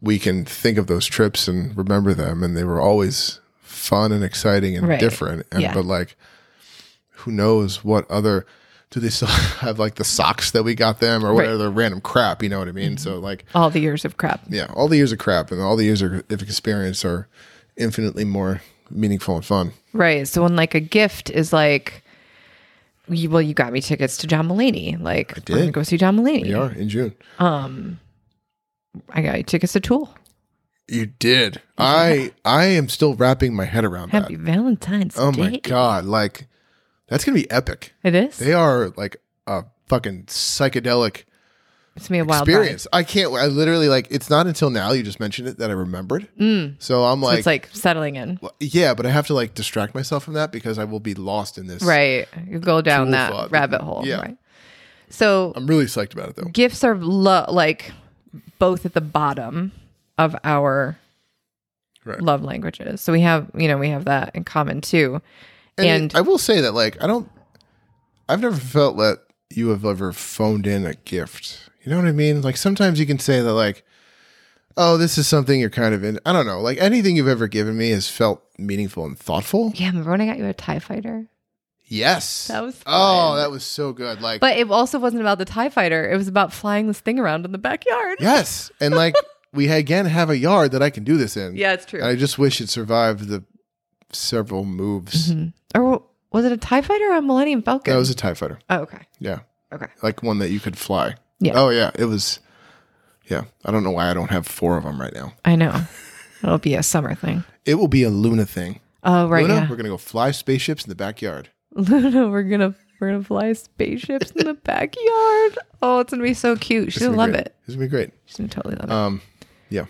we can think of those trips and remember them, and they were always fun and exciting and Right. different. And Yeah. but like, who knows what other? Do they still have like the socks that we got them, or what Right. Mm-hmm. other random crap? You know what I mean? So like, all the years of crap yeah, all the years of crap and all the years of of experience are infinitely more meaningful and fun. Right. So when like a gift is like, you, well, you got me tickets to John Mulaney. Like, I did. am gonna go see John Mulaney. We are in June. Um, I got you tickets to Tool. You did. I I am still wrapping my head around Happy that. Valentine's Oh Day. my god! Like that's gonna be epic. It is. They are like a fucking psychedelic it's me a wild experience. I can't. I literally like. It's not until now you just mentioned it that I remembered. So I'm Ride. Mm. So like, it's like settling in. well, yeah, but I have to like distract myself from that because I will be lost in this. Right. You go down Tool that thought. rabbit hole. Yeah. Right. So I'm really psyched about it though. gifts are lo- like both at the bottom of our Right. love languages. So we have, you know, we have that in common too. And, And- I will say that like I don't. I've never felt that you have ever phoned in a gift. You know what I mean? Like sometimes you can say that like, oh, this is something you're kind of in. I don't know. Like anything you've ever given me has felt meaningful and thoughtful. Yeah. Remember when I got you a TIE fighter? Yes. That was Oh, fun. that was so good. Like But it also wasn't about the TIE fighter. It was about flying this thing around in the backyard. yes, and like we again have a yard that I can do this in. Yeah, it's true. And I just wish it survived the several moves. Mhm. Or was it a TIE fighter or a Millennium Falcon? That was a Tie Fighter. oh, okay. Yeah. Okay. like one that you could fly. Yeah. Oh yeah, it was. Yeah, I don't know why I don't have four of them right now. I know. It'll be a summer thing. It will be a Luna thing. Oh, right. Luna, yeah. we're gonna go fly spaceships in the backyard. Luna, we're gonna we're gonna fly spaceships in the backyard. Oh, it's gonna be so cute. She's gonna It's gonna love be great. it. It's gonna be great. She's gonna totally love Um, yeah.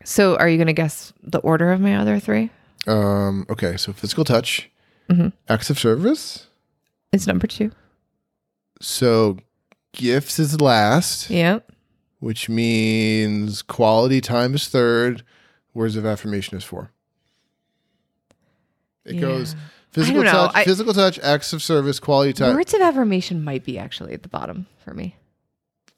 it. So, are you gonna guess the order of my other three? Um, okay, so physical touch, Mhm. acts of service. It's number two. So gifts is last, Yeah. which means quality time is third. Words of affirmation is four. It Yeah. goes physical know. touch, I- physical touch, acts of service, quality time. Words of affirmation might be actually at the bottom for me.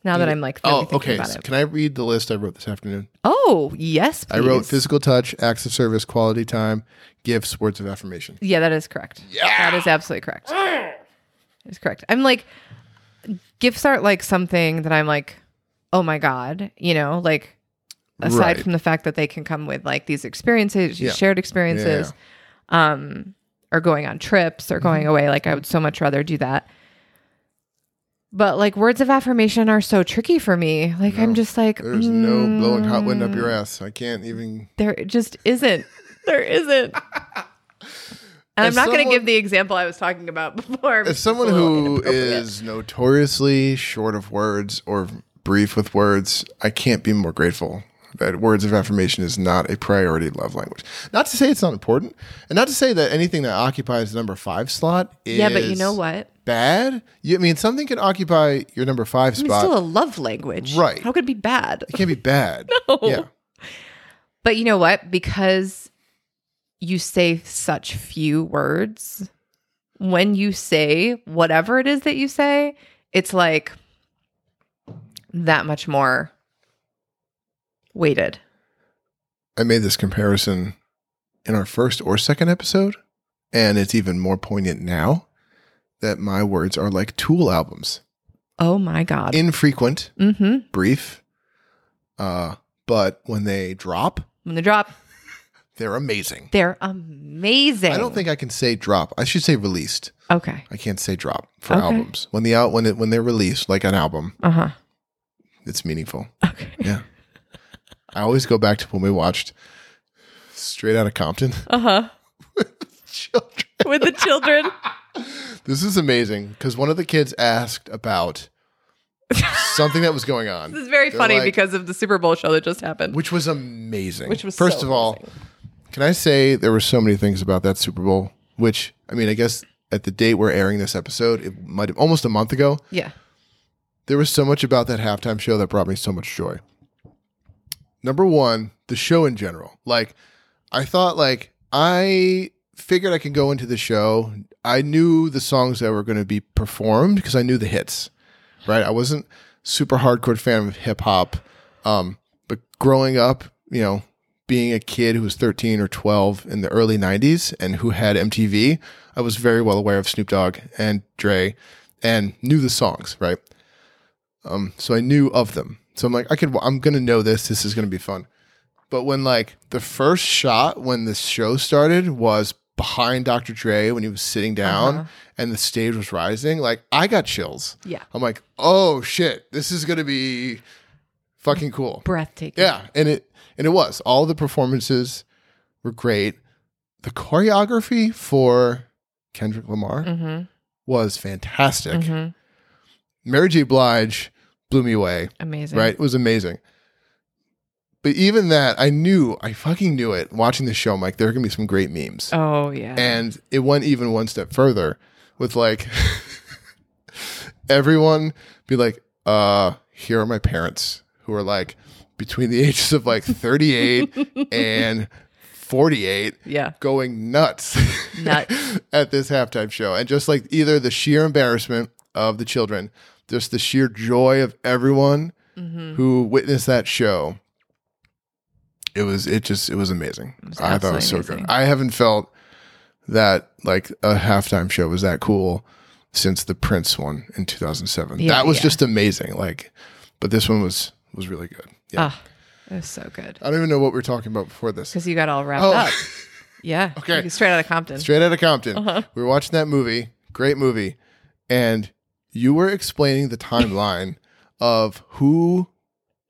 Now that Yeah. I'm like, really Oh, thinking okay. About So it. can I read the list I wrote this afternoon? Oh, yes. Please. I wrote physical touch, acts of service, quality time, gifts, words of affirmation. Yeah, that is correct. That is absolutely correct. It's correct. I'm like, gifts aren't like something that I'm like, oh my God, you know, like aside Right. from the fact that they can come with like these experiences, these Yeah. shared experiences, um, or going on trips or Mm-hmm. going away. Like, I would so much rather do that. But like words of affirmation are so tricky for me. Like I'm No, just like There's no blowing hot wind up mm, your ass. I can't even. There just isn't. There isn't. And As I'm not going someone- to give the example I was talking about before. because As it's someone a little who inappropriate. is notoriously short of words or brief with words, I can't be more grateful that words of affirmation is not a priority love language. Not to say it's not important, and not to say that anything that occupies the number five slot is yeah, but you know what? bad. You, I mean, something can occupy your number five I mean, spot. it's still a love language, Right. How could it be bad? it can't be bad. no. Yeah. But you know what? Because you say such few words, when you say whatever it is that you say, it's like that much more weighted. I made this comparison in our first or second episode, and it's even more poignant now that my words are like tool albums. Oh my God. Infrequent, mm-hmm. brief, uh, but when they drop, When they drop, they're amazing. they're amazing. I don't think I can say drop. I should say released. Okay. I can't say drop for Okay. albums. When the out when it when they're released, like an album, Uh huh. it's meaningful. Okay. Yeah. I always go back to when we watched Straight Out of Compton. Uh huh. Children. With the children. This is amazing because one of the kids asked about something that was going on. This is very They're funny like- because of the Super Bowl show that just happened. which was amazing. Which was first so of all, amazing. can I say there were so many things about that Super Bowl? Which I mean, I guess at the date we're airing this episode, it might have almost a month ago. yeah. There was so much about that halftime show that brought me so much joy. Number one, the show in general. Like, I thought, like, I figured I could go into the show. I knew the songs that were going to be performed because I knew the hits, right? I wasn't super hardcore fan of hip hop. Um, but growing up, you know, being a kid who was 13 or 12 in the early 90s and who had MTV, I was very well aware of Snoop Dogg and Dre and knew the songs, right? Um, so I knew of them. So I'm like, I could, I'm gonna know this. This is gonna be fun. But when like the first shot when the show started was behind Dr. Dre when he was sitting down Uh-huh. and the stage was rising, like I got chills. Yeah. I'm like, oh shit, this is gonna be fucking cool. Breathtaking. Yeah, and it and it was. All the performances were great. The choreography for Kendrick Lamar Mm was fantastic. hmm. Mm hmm. Mary J. Blige blew me away. Amazing. Right? It was amazing. But even that, I knew, I fucking knew it. Watching the show, I'm like, there are gonna be some great memes. Oh, yeah. And it went even one step further with like everyone be like, uh, here are my parents who are like between the ages of like 38 and 48 yeah. going nuts Nuts. at this halftime show. And just like either the sheer embarrassment of the children, just the sheer joy of everyone Mm-hmm. who witnessed that show. It was it just it was amazing. was I thought it was so absolutely good. amazing. I haven't felt that like a halftime show was that cool since the Prince one in 2007. Yeah, that was yeah. just amazing. Like, but this one was was really good. Yeah, Ah, it was so good. I don't even know what we were talking about before this. Because you got all wrapped Oh. up. Yeah. Okay. You straight out of Compton. Straight out of Compton. Uh-huh. We were watching that movie, great movie, and you were explaining the timeline of who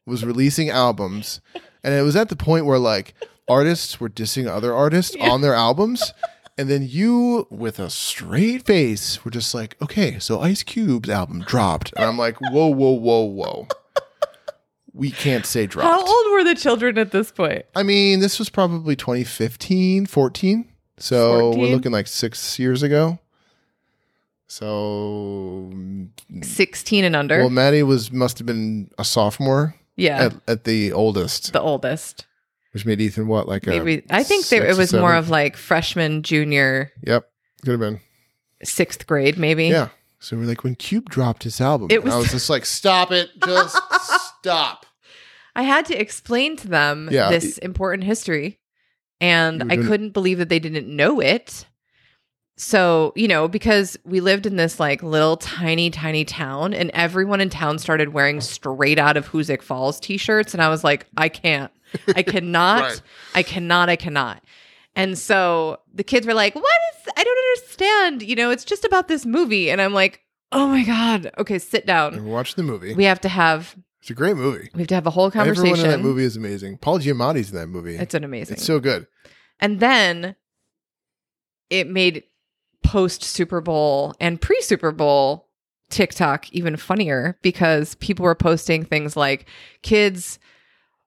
was releasing albums, and it was at the point where like artists were dissing other artists on their albums, and then you, with a straight face, were just like, "Okay, so Ice Cube's album dropped," and I'm like, "Whoa, whoa, whoa, whoa." We can't say dropped. How old were the children at this point? I mean, this was probably 2015, 14. So 14? we're looking like six years ago. So, 16 and under. well, Maddie was must have been a sophomore yeah. at, at the oldest, the oldest. which made Ethan what like a Maybe I think there, six it or was more seven? of like freshman, junior, Yep, could have been. sixth grade, maybe. Yeah. So we're like when Cube dropped his album, It and I was- was just like, stop it, just stop. I had to explain to them Yeah. this important history, You and were I doing it- couldn't believe that they didn't know it. So, you know, because we lived in this like little tiny, tiny town, and everyone in town started wearing straight out of Hoosick Falls t shirts. And I was like, I can't, I cannot, Right. I cannot, I cannot. And so the kids were like, What is, I don't understand. You know, it's just about this movie. And I'm like, Oh my God. Okay, sit And down. we watched the movie. We have to have, it's a great movie. we have to have a whole conversation. Everyone in that movie is amazing. Paul Giamatti's in that movie. It's an amazing. it's so good. and then it made post Super Bowl and pre Super Bowl TikTok even funnier because people were posting things like kids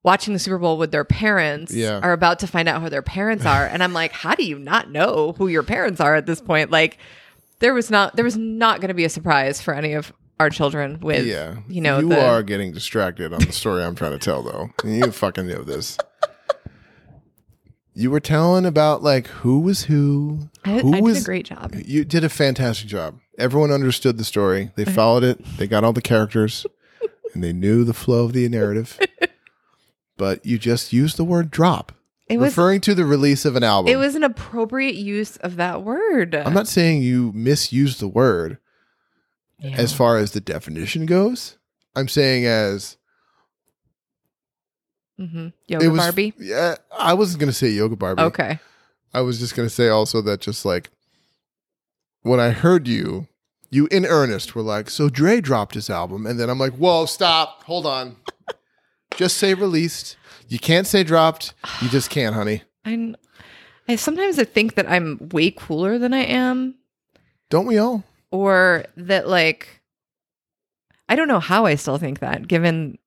watching the Super Bowl with their parents Yeah. are about to find out who their parents are and I'm like how do you not know who your parents are at this point like there was not there was not going to be a surprise for any of our children with yeah. you know you the, are getting distracted on the story I'm trying to tell, though. You fucking know this. You were telling about like who was who. I, who I did was a great job You did a fantastic job. Everyone understood the story. They followed it. They got all the characters, and they knew the flow of the narrative. But you just used the word "drop," it was referring to the release of an album. it was an appropriate use of that word I'm not saying you misused the word Yeah. as far as the definition goes. I'm saying as mm-hmm. yoga was Barbie Yeah, I wasn't gonna say yoga Barbie. okay I was just gonna say also that just like when I heard you, you in earnest were like, so Dre dropped his album, and then I'm like, whoa, stop, hold on, just say released. You can't say dropped. You just can't, honey. I I sometimes I think that I'm way cooler than I am Don't we all? or that like I don't know how I still think that given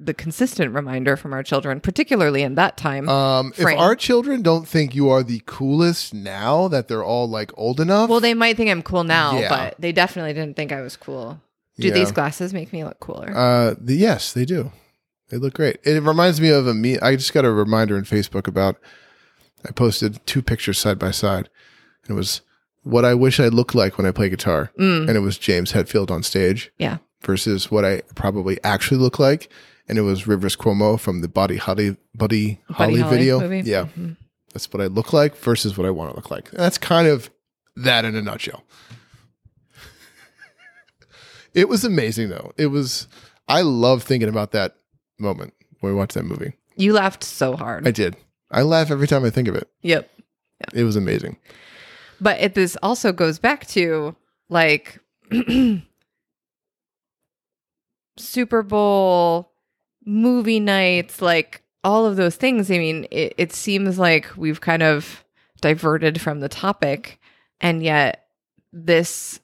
the consistent reminder from our children particularly in that time. Um, if Frank. our children don't think you are the coolest now that they're all like old enough, well, they might think I'm cool now, Yeah. but they definitely didn't think I was cool. Do Yeah. these glasses make me look cooler? Uh, the, yes, they do. They look great. It reminds me of a me. I just got a reminder in Facebook about. I posted two pictures side by side, and it was what I wish I looked like when I play guitar, Mm. and it was James Hetfield on stage. Yeah. Versus what I probably actually look like, and it was Rivers Cuomo from the Body Holly Buddy Holly, Buddy Holly video. movie? Yeah, Mhm. that's what I look like versus what I want to look like. And that's kind of that in a nutshell. it was amazing though. It was I love thinking about that moment when we watched that movie. You laughed so hard. I did. I laugh every time I think of it. yep. It was amazing. But it, this also goes back to like Super Bowl, movie nights, like all of those things. I mean, it, it seems like we've kind of diverted from the topic, and yet this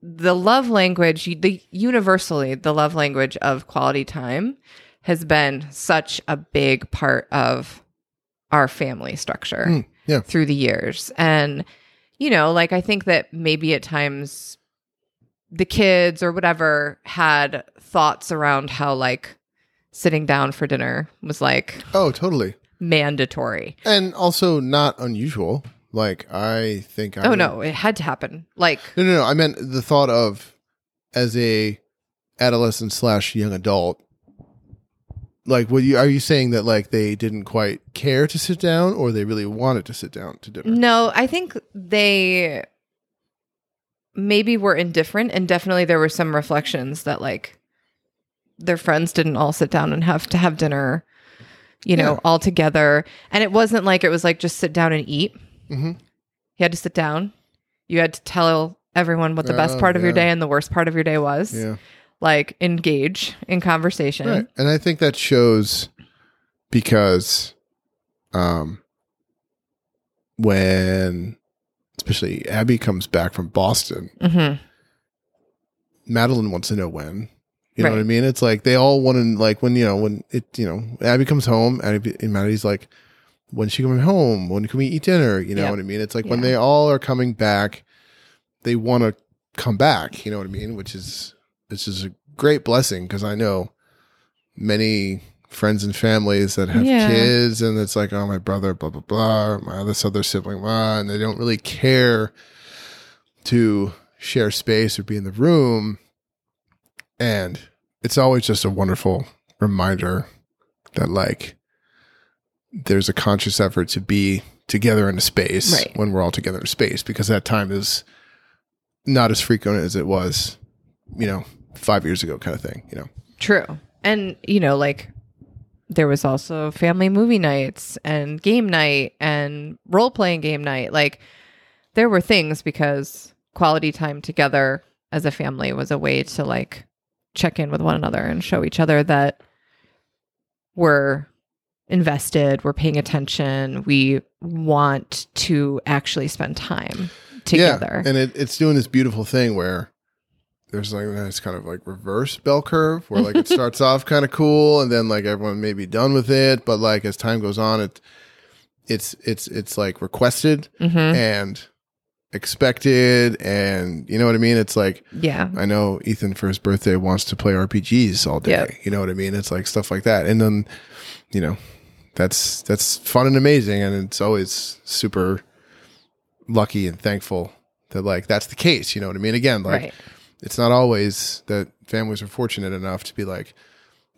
the love language the universally the love language of quality time has been such a big part of our family structure Mm, yeah. through the years and you know like i think that maybe at times the kids or whatever had thoughts around how like sitting down for dinner was like Oh, totally. mandatory And also not unusual. Like I think I oh would- no it had to happen like No, no, no. I meant the thought of as a adolescent slash young adult. Like, what you are you saying that like they didn't quite care to sit down, or they really wanted to sit down to dinner? No, I think they maybe were indifferent, and definitely there were some reflections that like their friends didn't all sit down and have to have dinner, you know, Yeah. all together. And it wasn't like it was like just sit down and eat. Mm-hmm. You had to sit down. You had to tell everyone what the best Oh, part of your yeah. day and the worst part of your day was. Yeah, Like engage in conversation. right. And I think that shows because, um, when especially Abby comes back from Boston, hmm Madeline wants to know when. You know Right. what I mean? It's like they all want to like when you know when it you know Abby comes home Abby, and Maddie's like, when she coming home? When can we eat dinner? You know Yep. what I mean? It's like when Yeah. they all are coming back, they want to come back. You know what I mean? Which is it's just a great blessing because I know many friends and families that have Yeah. kids and it's like oh my brother blah blah blah or my this other sibling blah and they don't really care to share space or be in the room. And it's always just a wonderful reminder that, like, there's a conscious effort to be together in a space Right. when we're all together in a space because that time is not as frequent as it was, you know, five years ago, kind of thing, you know. True. And, you know, like there was also family movie nights and game night and role playing game night. Like there were things because quality time together as a family was a way to like check in with one another and show each other that we're invested, we're paying attention, we want to actually spend time together. Yeah, and it, it's doing this beautiful thing where there's like this kind of like reverse bell curve where like it starts off kind of cool and then like everyone may be done with it, but like as time goes on, it it's it's it's like requested Mhm. and expected and you know what I mean. It's like Yeah. I know Ethan for his birthday wants to play RPGs all day. Yeah. You know what I mean? It's like stuff like that. And then, you know, that's that's fun and amazing and it's always super lucky and thankful that like that's the case, you know what I mean? Again, like right. it's not always that families are fortunate enough to be like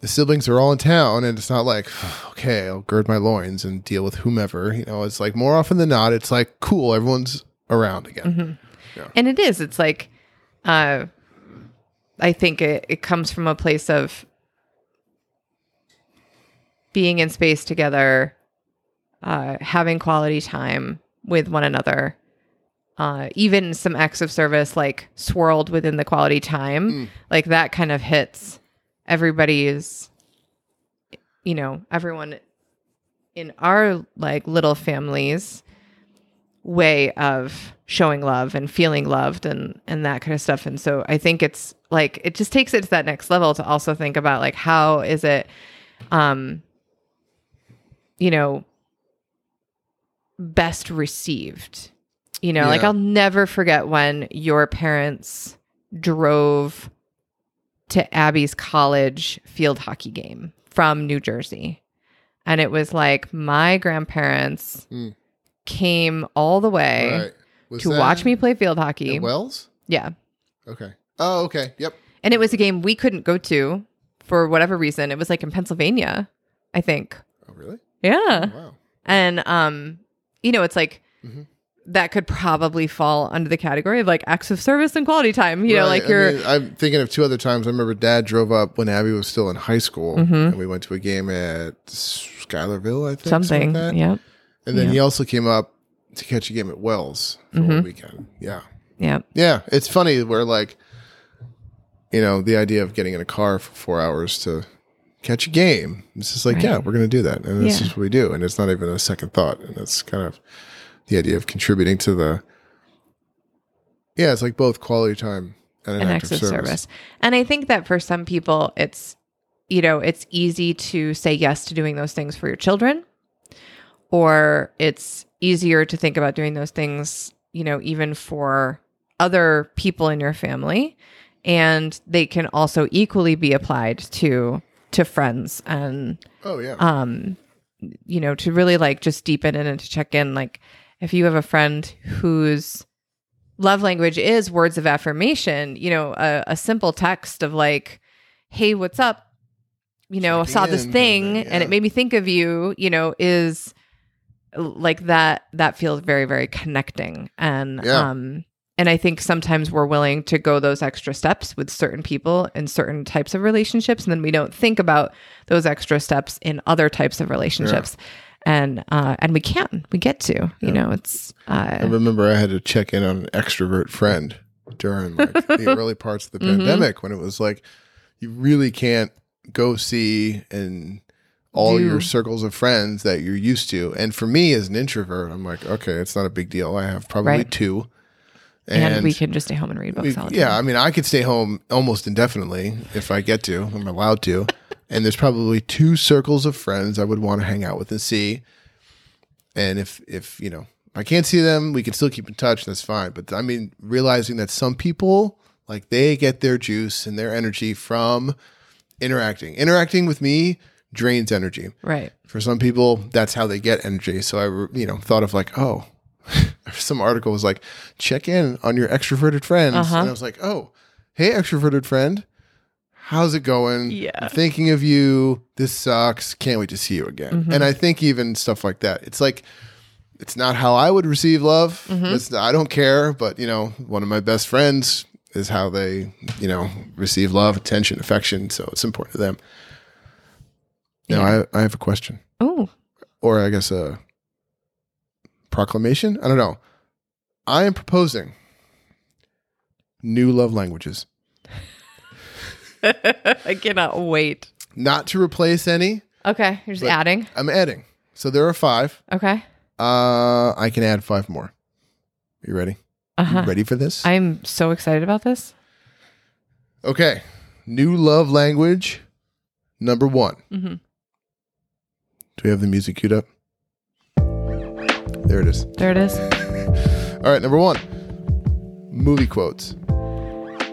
the siblings are all in town and it's not like okay i'll gird my loins and deal with whomever you know it's like more often than not it's like cool everyone's around again Mm-hmm. And it is. It's like, uh, I think it, it comes from a place of being in space together, uh, having quality time with one another. Uh, even some acts of service, like swirled within the quality time, Mm. like that kind of hits everybody's, you know, everyone in our like little families way of showing love and feeling loved and and that kind of stuff and so i think it's like it just takes it to that next level to also think about like how is it um you know best received you know like Yeah. i'll never forget when your parents drove to abby's college field hockey game from new jersey and it was like my grandparents Mm. came all the way All right. Was to that watch me play field at hockey. wells yeah. okay oh okay yep And it was a game we couldn't go to for whatever reason. It was like in Pennsylvania, I think. oh really Yeah. Oh, wow And um, you know, it's like Mhm. that could probably fall under the category of like acts of service and quality time. You know, Right, like I you're mean, I'm thinking of two other times. I remember Dad drove up when Abby was still in high school, Mhm. and we went to a game at Schuylerville, I think. something something. like that. yeah. And then Yeah. Mm-hmm. he also came up to catch a game at Wells for a weekend. Yeah. Yeah. Yeah. It's funny where, like, you know, the idea of getting in a car for four hours to catch a game. It's just like, Right. yeah, we're going to do that. And this Yeah. is what we do. And it's not even a second thought. And that's kind of the idea of contributing to the, yeah, it's like both quality time and an, an act, of service. And I think that for some people, it's, you know, it's easy to say yes to doing those things for your children, or it's easier to think about doing those things, you know, even for other people in your family. And they can also equally be applied to to friends and Oh, yeah. um you know to really like just deepen in and to check in like if you have a friend whose love language is words of affirmation you know a, a simple text of like hey what's up you know Checking saw this in, thing kinda, and yeah. it made me think of you you know is like that that feels very very connecting and Yeah. um and i think sometimes we're willing to go those extra steps with certain people in certain types of relationships and then we don't think about those extra steps in other types of relationships and uh and we can we get to you know it's I uh remember I had to check in on an extrovert friend during like the early parts of the Mhm. pandemic when it was like you really can't go see and all Do. your circles of friends that you're used to. And for me as an introvert, I'm like, okay, it's not a big deal. I have probably Right. two. and, we can just stay home and read books we- all the yeah, I time mean, I could stay home almost indefinitely if I get to. I'm allowed to. And there's probably two circles of friends I would want to hang out with and see. And if if you know I can't see them, we can still keep in touch. That's fine. But I mean, realizing that some people like they get their juice and their energy from interacting. Interacting with me drains energy right for some people that's how they get energy so i you know thought of like oh some article was like check in on your extroverted friends Uh-huh. and i was like oh hey extroverted friend how's it going Yeah. I'm thinking of you this sucks can't wait to see you again and i think even stuff like that it's like it's not how i would receive love it's, i don't care but you know one of my best friends is how they you know receive love attention affection so it's important to them now I, I have a question oh or I guess a proclamation. I don't know. I am proposing new love languages, i cannot wait not to replace any, Okay. You're just But- adding. I'm adding. So there are five. Okay. Uh, I can add five more. You ready? Uh You huh. ready for this? I'm so excited about this. okay. New love language, number one. hmm Do we have the music queued up? There it is. There it is. All right, number one. Movie quotes,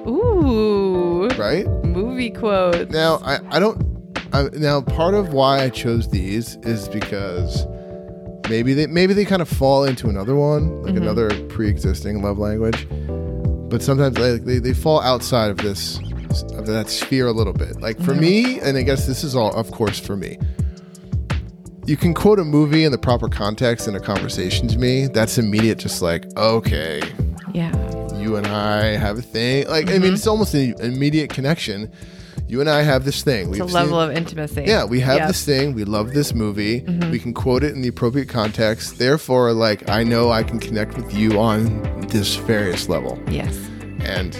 Ooh. right? Movie quotes. Now, I, I don't. I, now, part of why I chose these is because maybe they maybe they kind of fall into another one, like another pre-existing love language. But sometimes they, they, they fall outside of this of that sphere a little bit. Like for me, and I guess this is all, of course, for me. You can quote a movie in the proper context in a conversation to me. That's immediate. Just like okay, Yeah. you and I have a thing. Like Mm-hmm. I mean, it's almost an immediate connection. You and I have this thing. It's We've a seen- level of intimacy. yeah, we have Yep. this thing. We love this movie. Mm-hmm. We can quote it in the appropriate context. Therefore, like I know I can connect with you on this various level. Yes. And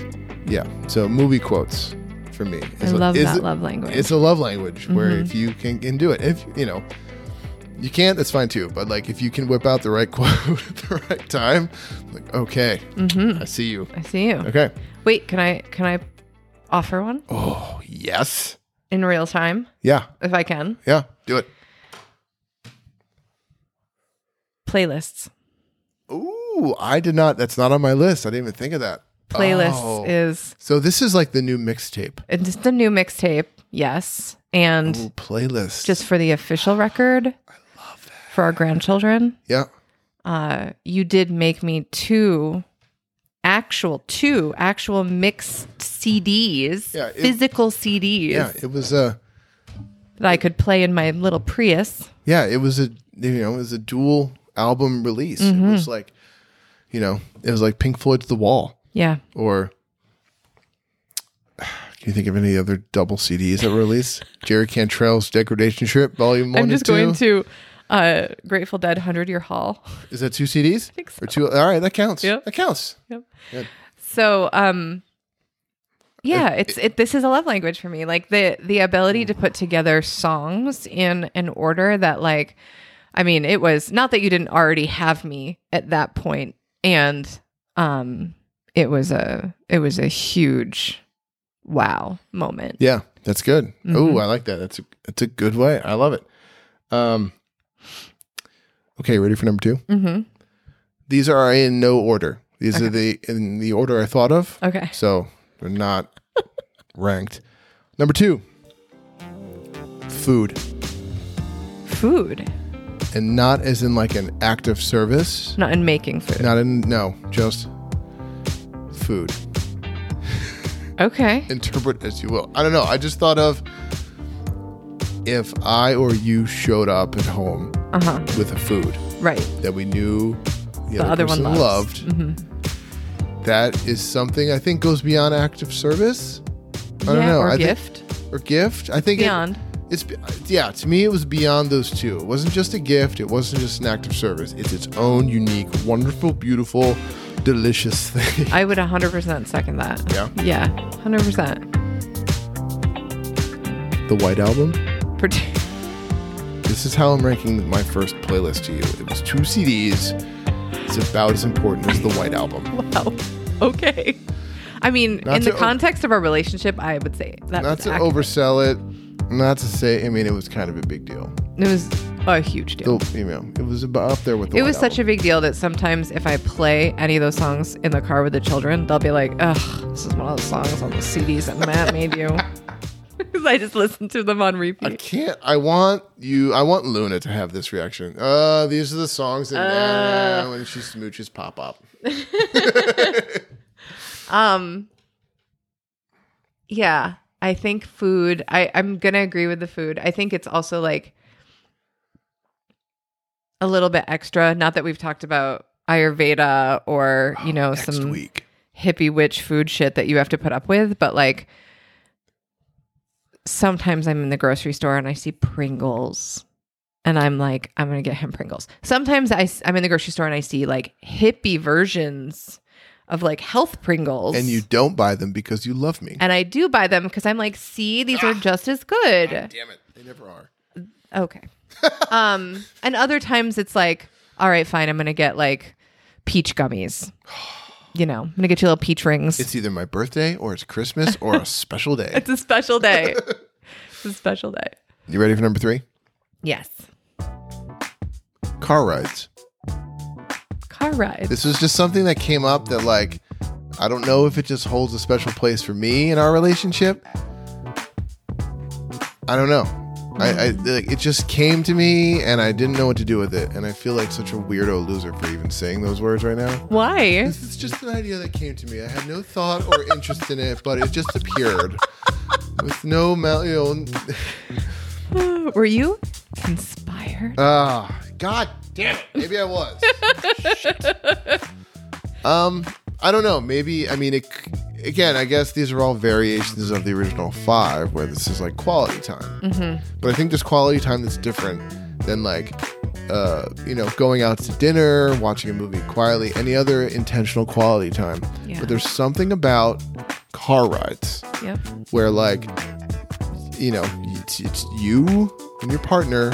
yeah, so movie quotes for me. I is what- love is that it- love language. Mm-hmm. It's a love language where if you can, can do it, if you know. You can't, that's fine too. But like, if you can whip out the right quote at the right time, like, okay, Mm-hmm. I see you. I see you. Okay. Wait, can I can I offer one Oh, yes. in real time Yeah. if I can? Yeah. Do it. Playlists. Ooh, I did not. That's not on my list. I didn't even think of that. Playlists Oh. is so this is like the new mixtape. it's the new mixtape. Yes, and Ooh, playlist. just for the official record, for our grandchildren, yeah. uh, you did make me two actual two actual mixed CDs, Yeah, it- physical CDs Yeah. It was a. that I could play in my little Prius. Yeah. It was a. You know, it was a dual album release. It Mm-hmm. was like, you know, it was like Pink Floyd's The Wall, Yeah, or. Can you think of any other double CDs that were released? Jerry Cantrell's Degradation Trip, Volume One. I'm just and two. going to uh, Grateful Dead Hundred Year Hall. Is that two CDs? think so. Or two? All right, that counts. Yep. That counts. So, um, yeah, it's it. This is a love language for me. Like the the ability to put together songs in an order that, like, I mean, it was not that you didn't already have me at that point, and um, it was a it was a huge wow moment. Yeah, that's good. Oh, I like that. That's a, that's a good way. I love it. Um, okay, ready for number two? hmm These are in no order. These are the in the order I thought of. Okay. So they're not ranked. Number two, food, Food, and not as in like an act of service. not in making food. Not in no, just food. Okay. interpret as you will. I don't know. I just thought of if I or you showed up at home Uh huh. with a food Right. that we knew the, other one person loves. Mm-hmm. loved, that is something I think goes beyond act of service. I don't yeah. know. Or I think- gift. or gift. I think it- Beyond. it's be- yeah. To me, it was beyond those two. It wasn't just a gift. It wasn't just an act of service. It's its own unique, wonderful, beautiful, delicious thing. I would 100% second that. Yeah? Yeah. 100%. the White Album. Part- This is how I'm ranking my first playlist to you. It was two CDs. It's about as important as the White Album. Wow. Okay. I mean, Not in the to o- context of our relationship, I would say that Not was to accurate. oversell it, not to say, I mean, it was kind of a big deal. It was a huge deal. The, you know, it was about up there with the it was such a big deal that sometimes if I play any of those songs in the car with the children, they'll be like, "Ugh, this is one of those songs on the CDs that Matt made you." Because I just listened to them on I repeat. can't. I want you. I want Luna to have this reaction. Uh, these are the songs that Uh. nah, when she smooches pop up. Um. Yeah, I think food. I I'm gonna agree with the food. I think it's also like a little bit extra. Not that we've talked about Ayurveda or you know Oh, Next some week. hippie witch food shit that you have to put up with, but like sometimes I'm in the grocery store and I see Pringles and I'm like, I'm going to get him Pringles. Sometimes I, am in the grocery store and I see like hippie versions of like health Pringles. And you don't buy them because you love me. And I do buy them because I'm like, see, these are just as good. Damn it, they never are. Okay. um, and other times it's like, all right, fine, I'm gonna get like peach gummies. You know, I'm gonna get you little peach rings. It's, It's either my birthday or it's Christmas or a special day. a special day. it's a special day. You ready for number three? Yes. Car rides. Car ride. This was just something that came up that, like, I don't know if it just holds a special place for me in our relationship. I don't know. I, I like, it just came to me and I didn't know what to do with it. And I feel like such a weirdo loser for even saying those words right now. Why? This is just an idea that came to me. I had no thought or interest in it, but it just appeared with no, mal- you know, Were you inspired? Ah, god damn it. Maybe I was. Shit. Um, I don't know. Maybe I mean it. c- Again, I guess these are all variations of the original five, where this is like quality time. Mm-hmm. But I think there's quality time that's different than like, uh, you know, going out to dinner, watching a movie quietly, any other intentional quality time. Yeah. But there's something about car rides Yep. where like you know it's, it's you and your partner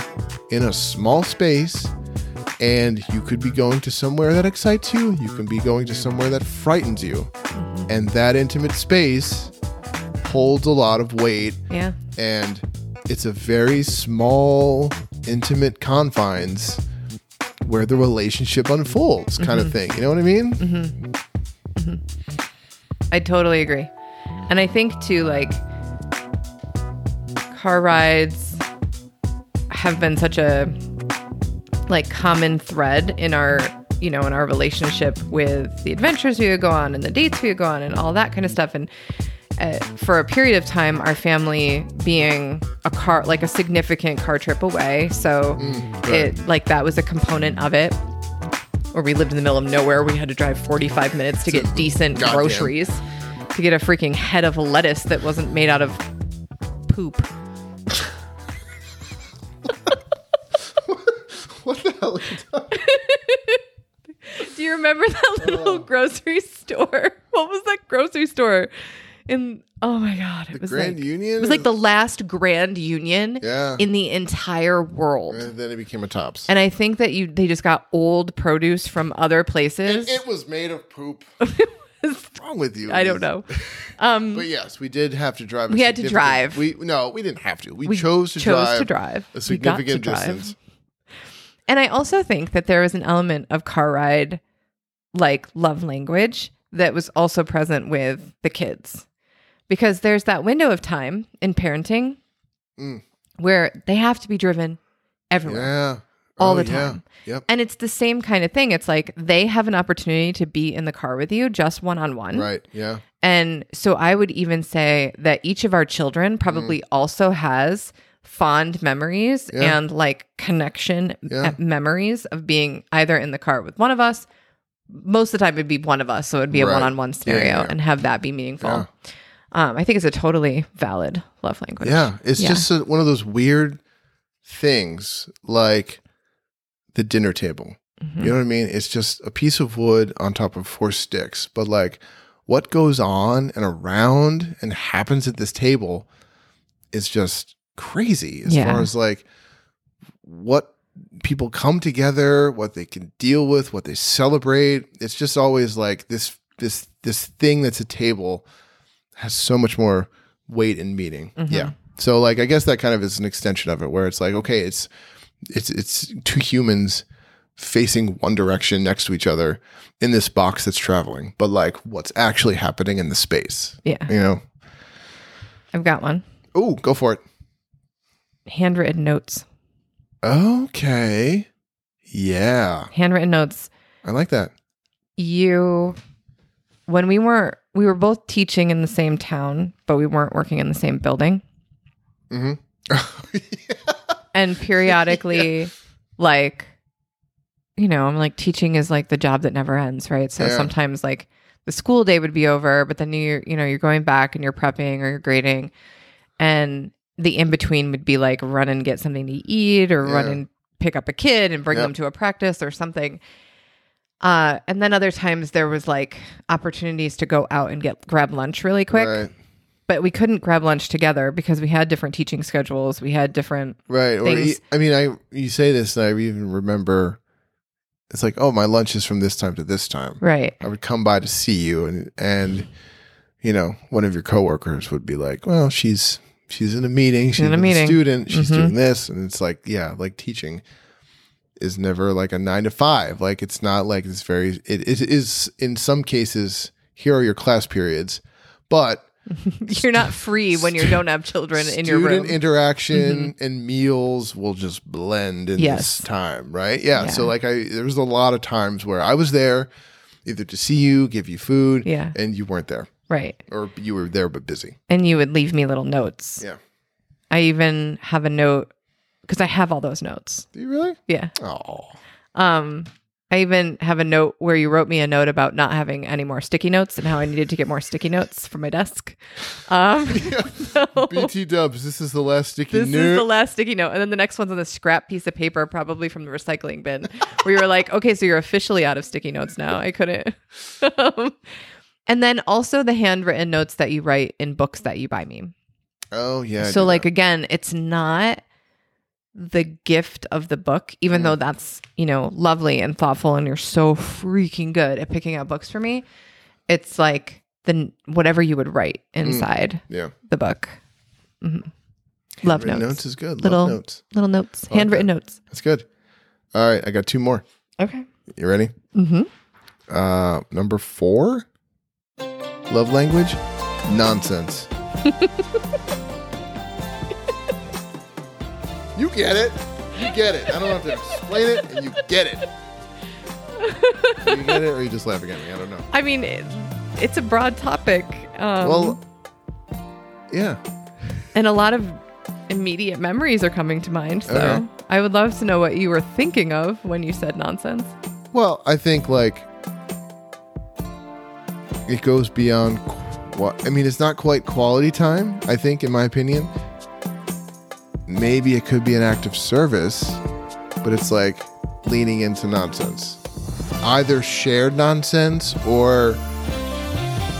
in a small space and you could be going to somewhere that excites you you can be going to somewhere that frightens you and that intimate space holds a lot of weight Yeah. and it's a very small intimate confines where the relationship unfolds kind of thing you know what i mean I totally agree. And I think too, like car rides have been such a like common thread in our you know in our relationship with the adventures we would go on and the dates we would go on and all that kind of stuff and uh, for a period of time our family being a car like a significant car trip away so it like that was a component of it where we lived in the middle of nowhere we had to drive 45 minutes to get decent goddamn- groceries to get a freaking head of lettuce that wasn't made out of poop what the hell are you talking Do you remember that little Oh. grocery store? What was that grocery store? In oh my god, it was grand like, union It was like the last Grand Union Yeah. in the entire world. and then it became a tops And I think that you they just got old produce from other places. It was made of poop. What's wrong with you? I don't know. Um, But yes, we did have to drive. A We had to significant- drive. We no, we didn't have to. We, we chose to chose drive to drive a We got to significant drive. distance. And I also think that there was an element of car ride, like love language, that was also present with the kids. Because there's that window of time in parenting Mm. where they have to be driven everywhere Yeah, all Oh, the yeah. time. Yep. And it's the same kind of thing. It's like they have an opportunity to be in the car with you just one on one. Right. Yeah. And so I would even say that each of our children probably also has fond memories Mm. Yeah. and like connection Yeah. m- memories of being either in the car with one of us. Most of the time, it'd be one of us. So it'd be a Right. one on one scenario yeah. and have that be meaningful. Yeah. Um, I think it's a totally valid love language. Yeah. It's Yeah. just a, one of those weird things, like the dinner table. Mm-hmm. You know what I mean? It's just a piece of wood on top of four sticks. But like, what goes on and around and happens at this table is just crazy as Yeah. far as like what people come together, what they can deal with, what they celebrate. It's just always like this this this thing that's a table has so much more weight and meaning. Yeah. So like I guess that kind of is an extension of it where it's like okay, it's it's it's two humans facing one direction next to each other in this box that's traveling, but like what's actually happening in the space, Yeah. you know? I've got one Oh, go for it. handwritten notes. Okay. Yeah. Handwritten notes. I like that. you when we were we were both teaching in the same town but we weren't working in the same building Mhm. and periodically like you know i'm like teaching is like the job that never ends right so Yeah. sometimes like the school day would be over but then you you know you're going back and you're prepping or you're grading and the in between would be like run and get something to eat or run Yeah. and pick up a kid and bring Yep. them to a practice or something uh, and then other times there was like opportunities to go out and get grab lunch really quick Right. but we couldn't grab lunch together because we had different teaching schedules. We had different Right. Or things. e- I mean, I you say this, and I even remember. It's like, oh, my lunch is from this time to this time. right. I would come by to see you, and and you know, one of your coworkers would be like, well, she's she's in a meeting. She's in a meeting. student. She's Mhm. doing this, and it's like, yeah, like teaching is never like a nine to five. Like it's not like it's very. It, it is in some cases. Here are your class periods, but You're not free when you don't have children in your room. Mm-hmm. Student interaction and meals will just blend in Yes. this time, right? Yeah, Yeah. So like I there was a lot of times where I was there either to see you, give you food, Yeah. and you weren't there. right. Or you were there but busy. And you would leave me little notes. Yeah. I even have a note because I have all those notes. Do you really? Yeah. Oh. Um, I even have a note where you wrote me a note about not having any more sticky notes and how I needed to get more sticky notes for my desk. Um, so BT dubs, this is the last sticky this note. is the last sticky note, and then the next one's on a scrap piece of paper, probably from the recycling bin, where you were like, "Okay, so you're officially out of sticky notes now." I couldn't. um, and then also the handwritten notes that you write in books that you buy me. oh yeah. I so do like that. again it's not the gift of the book even Mm. though that's you know lovely and thoughtful and you're so freaking good at picking out books for me it's like the whatever you would write Mm. inside yeah. the book Mhm. love Handwritten notes. notes is good. Little- Love notes. little notes like handwritten notes That's good. All right, I got two more. okay You ready? mm-hmm. Uh, number four, love language, nonsense. you get it. You get it. I don't have to explain it, and you get it. You get it, or you just laughing at me. I don't know. i mean it, it's a broad topic um, Well, yeah. and a lot of immediate memories are coming to mind so Okay. i would love to know what you were thinking of when you said nonsense Well, I think like it goes beyond. Qu- I mean, it's not quite quality time. I think, in my opinion, maybe it could be an act of service, but it's like leaning into nonsense, either shared nonsense or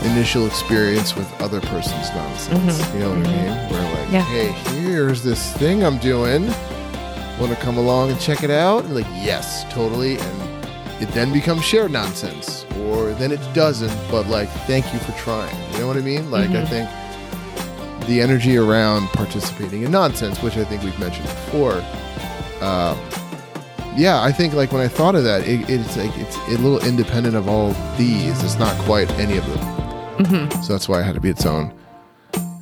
initial experience with other person's nonsense. You know what I mean? Where like, Yeah. hey, here's this thing I'm doing. Want to come along and check it out? And like, yes, totally. And it then becomes shared nonsense, or then it doesn't. But like, thank you for trying. You know what I mean? Like, I think the energy around participating in nonsense, which I think we've mentioned before. Um, yeah, I think like when I thought of that, it, it's like it's a little independent of all these. It's not quite any of them, Mm-hmm. so that's why it had to be its own,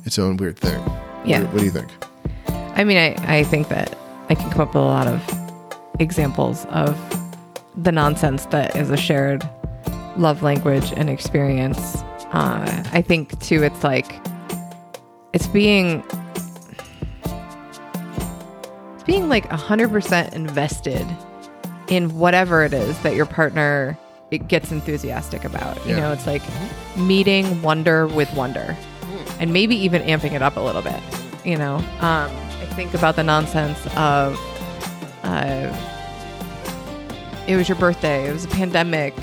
its own weird thing. Yeah. What, what do you think? I mean, I, I think that I can come up with a lot of examples of the nonsense that is a shared love language and experience. Uh, I think, too, it's like, it's being. it's Being like 100% invested in whatever it is that your partner it gets enthusiastic about. You Yeah. know, it's like meeting wonder with wonder and maybe even amping it up a little bit. You know, um, I think about the nonsense of uh, it was your birthday, it was a pandemic,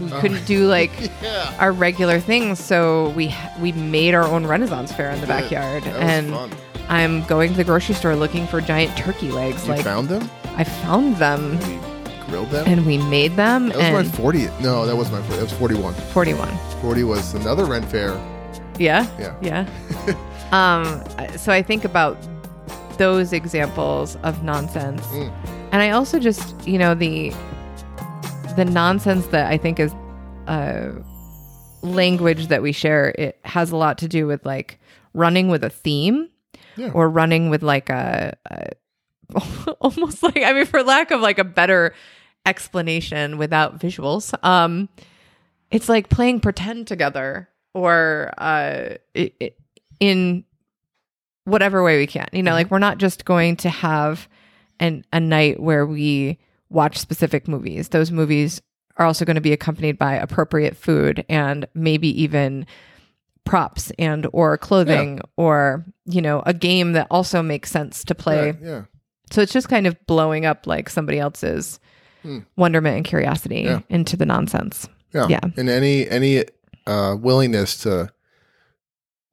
we Oh. couldn't do like Yeah, our regular things, so we we made our own Renaissance fair in the Yeah, backyard, that was and fun. I'm going to the grocery store looking for giant turkey legs. you like found them. I found them We grilled them. and we made them, that was my and 40th. No, that was my 40. That was 41. 41. 40 was another rent fair. Yeah. Yeah. Yeah. um, I- so I think about those examples of nonsense. Mm. And I also just, you know, the the nonsense that I think is uh, language that we share, it has a lot to do with like running with a theme Yeah. or running with like a, a almost like, I mean, for lack of like a better explanation without visuals, um, it's like playing pretend together or uh, i i in whatever way we can. You know, Mm-hmm. like we're not just going to have an a night where we watch specific movies. Those movies are also going to be accompanied by appropriate food and maybe even props and or clothing or you know a game that also makes sense to play. Yeah. yeah. So it's just kind of blowing up like somebody else's Hmm. wonderment and curiosity Yeah. into the nonsense. Yeah. Yeah. And any any uh willingness to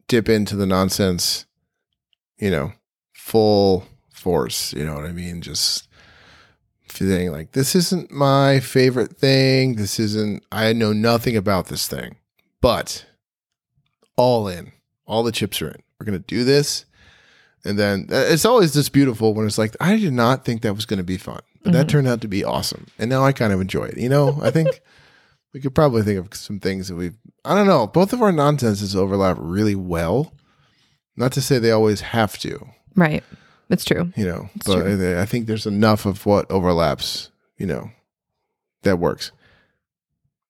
dip into the nonsense, you know, full force. You know what I mean? Just feeling like this isn't my favorite thing. This isn't, I know nothing about this thing, but all in, all the chips are in. We're going to do this. And then uh, it's always this beautiful when it's like, I did not think that was going to be fun, but that Mhm. turned out to be awesome. And now I kind of enjoy it. You know, I think we could probably think of some things that we've, I don't know, both of our nonsenses overlap really well. Not to say they always have to, Right. It's true. you know It's but true. I, I think there's enough of what overlaps you know that works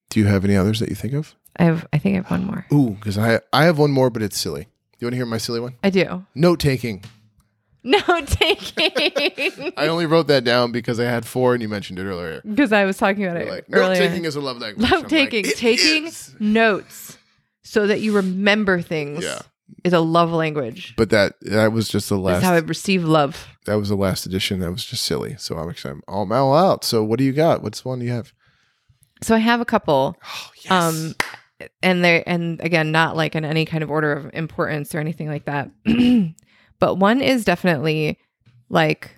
do you have any others that you think of I have I think I have one more. ooh because i i have one more but it's silly do you want to hear my silly one I do. note taking No taking. i only wrote that down because i had four and you mentioned it earlier Because I was talking about You're it like note taking earlier. is a love language I'm Note like, taking. "It taking is." notes so that you remember things Yeah. is a love language. but that that was just the That's how I last receive love. that was the last edition that was just silly so i'm actually i'm all, I'm all out so what do you got what's one you have So I have a couple. oh yes Um and they and again not like in any kind of order of importance or anything like that. but one is definitely like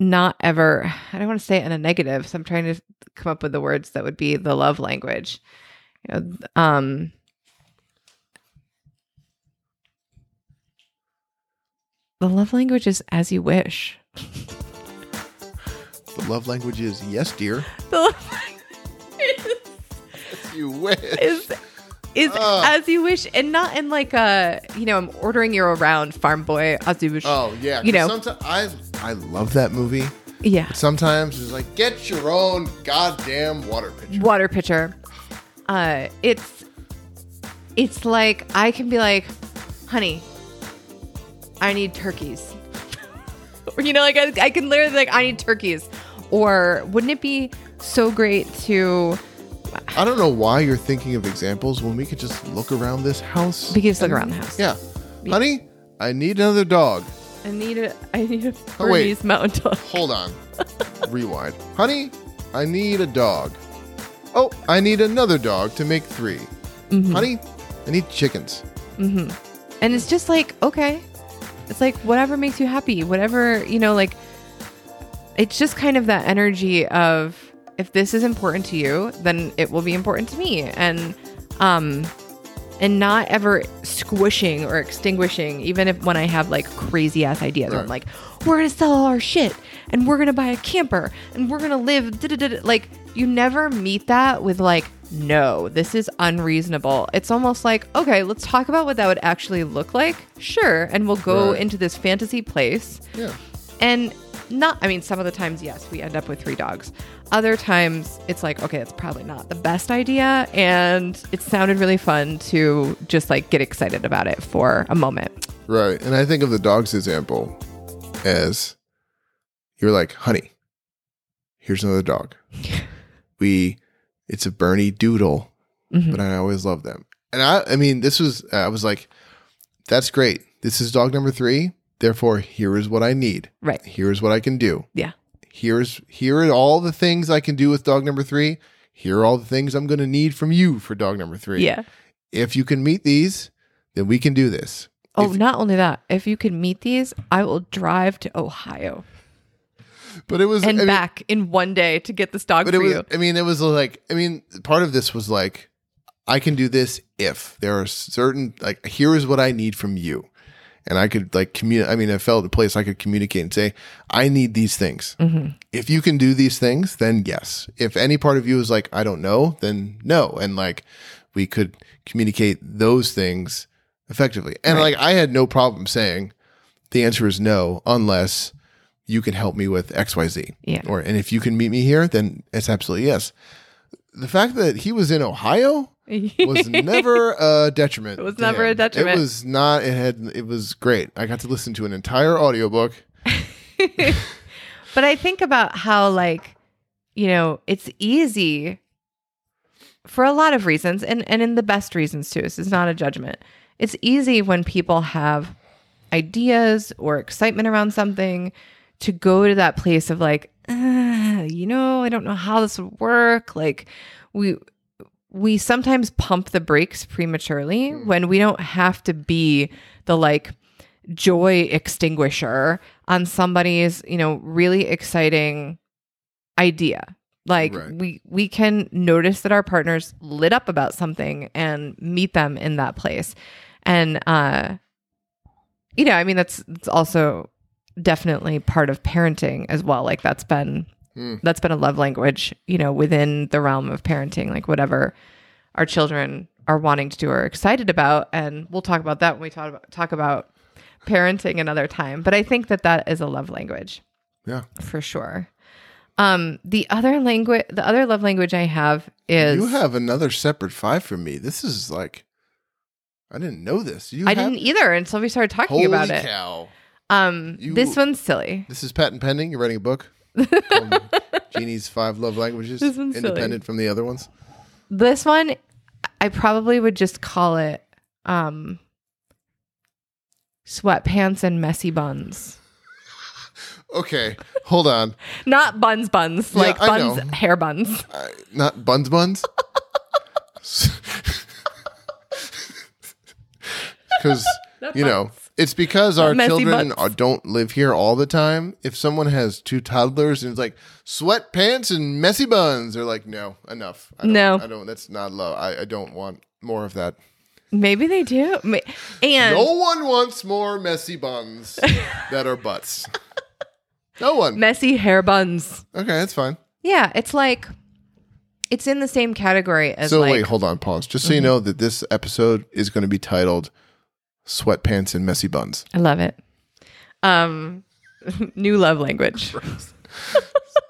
not ever I don't want to say it in a negative, so I'm trying to come up with the words that would be the love language. You know, um The love language is as you wish. the love language is yes dear The love language is you wish is is Ugh. as you wish and not in like a you know i'm ordering you around farm boy as you wish Oh yeah, You know. Sometimes I I love that movie. yeah Sometimes it's like get your own goddamn water pitcher. water pitcher uh it's it's like i can be like honey i need turkeys or you know like I, I can literally be like i need turkeys or wouldn't it be so great to I don't know why you're thinking of examples when we could just look around this house. We could just look and- around the house. Yeah, honey, I need another dog. i need a i need a Oh, wait. Burmese mountain dog Hold on, rewind. Honey, I need a dog. Oh, I need another dog to make 3 Hmm. Honey, I need chickens. Mm-hmm. And it's just like, okay. It's like whatever makes you happy, whatever, you know, like it's just kind of that energy of if this is important to you, then it will be important to me. And um and not ever squishing or extinguishing, even if when I have like crazy ass ideas, where I'm Right. like, we're gonna sell all our shit and we're gonna buy a camper and we're gonna live. da-da-da-da." Like, you never meet that with like, no, this is unreasonable. It's almost like, okay, let's talk about what that would actually look like. Sure. And we'll go Right. into this fantasy place Yeah, and not, I mean, some of the times, yes, we end up with three dogs. Other times, it's like, okay, it's probably not the best idea. And it sounded really fun to just like get excited about it for a moment. right. And I think of the dog's example as you're like, honey, here's another dog. we it's a Bernie Doodle, Mhm. but I always love them. And I I mean this was I was like, that's great. This is dog number three. Therefore, here is what I need. Right. Here is what I can do. Yeah. Here's here are all the things I can do with dog number three. Here are all the things I'm gonna need from you for dog number three. Yeah. If you can meet these, then we can do this. Oh, If- not only that, if you can meet these, I will drive to Ohio But it was and I mean, back in one day to get this dog but for it was you. i mean it was like i mean part of this was like i can do this if there are certain like here is what i need from you and i could like communicate i mean i felt a place i could communicate and say i need these things Mm-hmm. if you can do these things then yes if any part of you is like i don't know then no and like we could communicate those things effectively and Right. like i had no problem saying the answer is no unless you can help me with xyz Yeah. or and if you can meet me here then it's absolutely yes the fact that he was in ohio was never a detriment It was to never a him. detriment. it was not it had it was great i got to listen to an entire audiobook But I think about how, like, you know, it's easy for a lot of reasons and, and in the best reasons too. This is not a judgment. It's easy when people have ideas or excitement around something to go to that place of like, "Ah, you know, I don't know how this would work. Like, we, we sometimes pump the brakes prematurely when we don't have to be the like joy extinguisher on somebody's, you know, really exciting idea. Like Right. we we can notice that our partners lit up about something and meet them in that place. And uh you know, I mean that's that's also definitely part of parenting as well. Like that's been Hmm. that's been a love language, you know, within the realm of parenting, like whatever our children are wanting to do or excited about and we'll talk about that when we talk about, talk about parenting another time, but I think that that is a love language Yeah. for sure. Um the other language the other love language I have is you have another separate five from me. This is like, I didn't know this. You I have- didn't either until we started talking Holy about it. cow! Um You- this one's silly. This is patent pending. You're writing a book. Um, Genie's five love languages, This one's silly. independent from the other ones. This one I probably would just call it um sweatpants and messy buns. Okay, hold on. Not buns buns, Yeah, like I buns know. hair buns. Uh, not buns buns. Because you know it's because our messy children buns. are, don't live here all the time. If someone has two toddlers and it's like sweatpants and messy buns, they're like, no, enough. I don't, No. I don't. That's not love. I, I don't want more of that. Maybe they do. Ma- And No one wants more messy buns that are butts. No one. messy hair buns. Okay, that's fine. Yeah, it's like it's in the same category as So like wait, hold on, pause. Just so you know that this episode is going to be titled "Sweatpants and Messy Buns." I love it. Um new love language.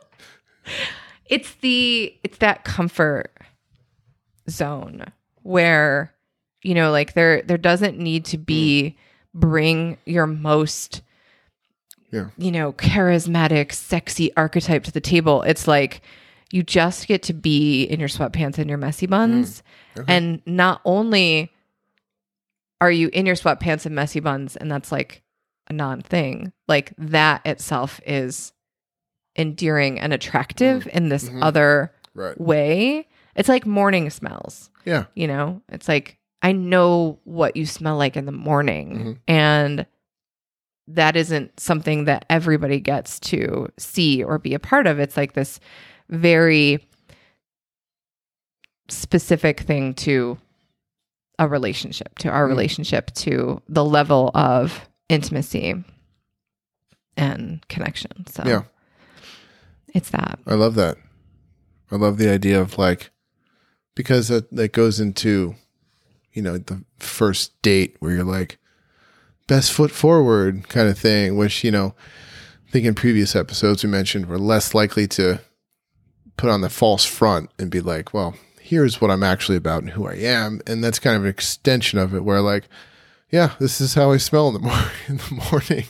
it's the it's that comfort zone where you know like there there doesn't need to be bring your most Hmm. Yeah. you know charismatic sexy archetype to the table it's like you just get to be in your sweatpants and your messy buns Hmm. Okay. and not only are you in your sweatpants and messy buns and that's like a non thing like that itself is endearing and attractive in this Mhm. other Right. way it's like morning smells Yeah. you know it's like i know what you smell like in the morning Mhm. and that isn't something that everybody gets to see or be a part of it's like this very specific thing to a relationship to our Mm. relationship to the level of intimacy and connection so Yeah. it's that I love that. I love the idea of like because that, that goes into you know the first date where you're like best foot forward kind of thing, which you know I think in previous episodes we mentioned we're less likely to put on the false front and be like, well, here's what I'm actually about and who I am, and that's kind of an extension of it where like, yeah, this is how I smell in the mor- in the morning.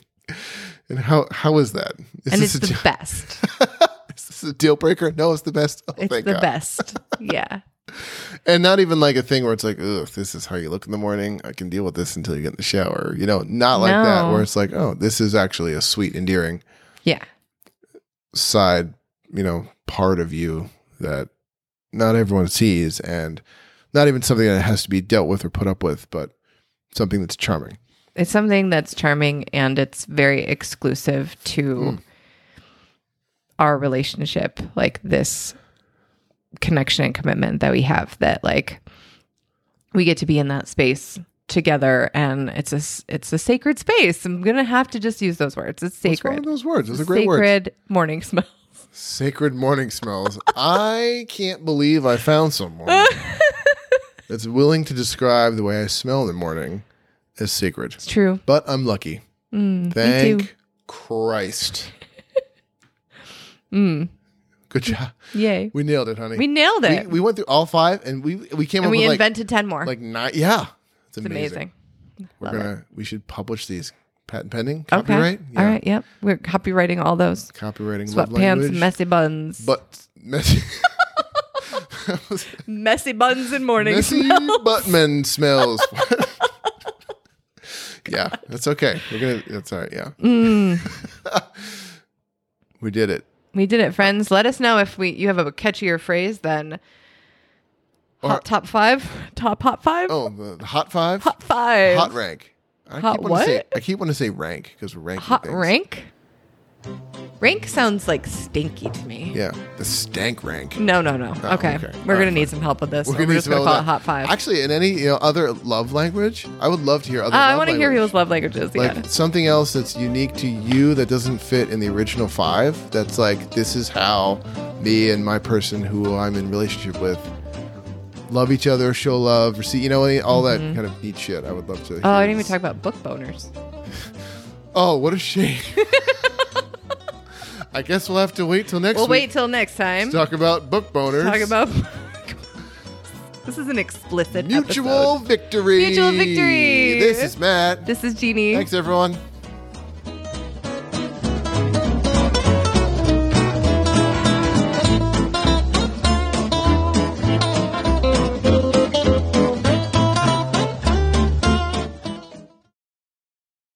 And how how is that? Is and this it's a the best is this a deal breaker? No, it's the best. Oh, it's the thank God. best yeah And not even like a thing where it's like, ugh, this is how you look in the morning. I can deal with this until you get in the shower. You know, not like that, No. where it's like, oh, this is actually a sweet, endearing yeah side, you know, part of you that not everyone sees and not even something that has to be dealt with or put up with, but something that's charming. It's something that's charming and it's very exclusive to Hmm. our relationship, like this connection and commitment that we have that like we get to be in that space together and it's a s- it's a sacred space. I'm going to have to just use those words. It's What's wrong with sacred. those words? Those are great words. Sacred morning smell. Sacred morning smells. I can't believe I found someone that's willing to describe the way I smell in the morning as sacred. It's true. But I'm lucky. Mm, Me too. Thank Christ. Mm, Good job. yay. We nailed it, honey. We nailed we, it. we went through all five and we we came and up we with like- invented 10 more. like nine. Yeah. It's it's amazing. amazing. We're Love it. gonna we should publish these. Patent pending, copyright. Okay. All right. Yep. We're copywriting all those. Copywriting love Sweatpants, language. messy buns. but messy, messy buns in morning. messy buttman smells. yeah, that's okay. We're gonna. That's all right. Yeah, Mm. we did it. We did it, friends. Let us know if we you have a catchier phrase than Or- hot top five, top hot five, Oh, the, the hot five, hot five, Hot rank. I Hot keep wanting to Say, what? I keep wanting to say rank because we're ranking Hot things. rank. Rank sounds like stinky to me. Yeah, the stank rank. No, no, no. Oh, okay. okay. we're All gonna right, need some help with this. Mm, We're, gonna need just some gonna help with call it that. hot five. Actually, in any you know other love language, I would love to hear other. Uh, I love want to hear language. people's love languages. like yeah. something else that's unique to you that doesn't fit in the original five. That's like this is how me and my person who I'm in relationship with love each other, show love, receive you know any- all that kind of neat shit. I would love to. Mm-hmm. Oh, I hear didn't even this. talk about book boners. Oh, what a shame. I guess we'll have to wait till next We'll wait week till next time. to talk about book boners. Talk about. this is an explicit mutual episode. victory. Mutual victory. This is Matt. This is Jeannie. Thanks, everyone.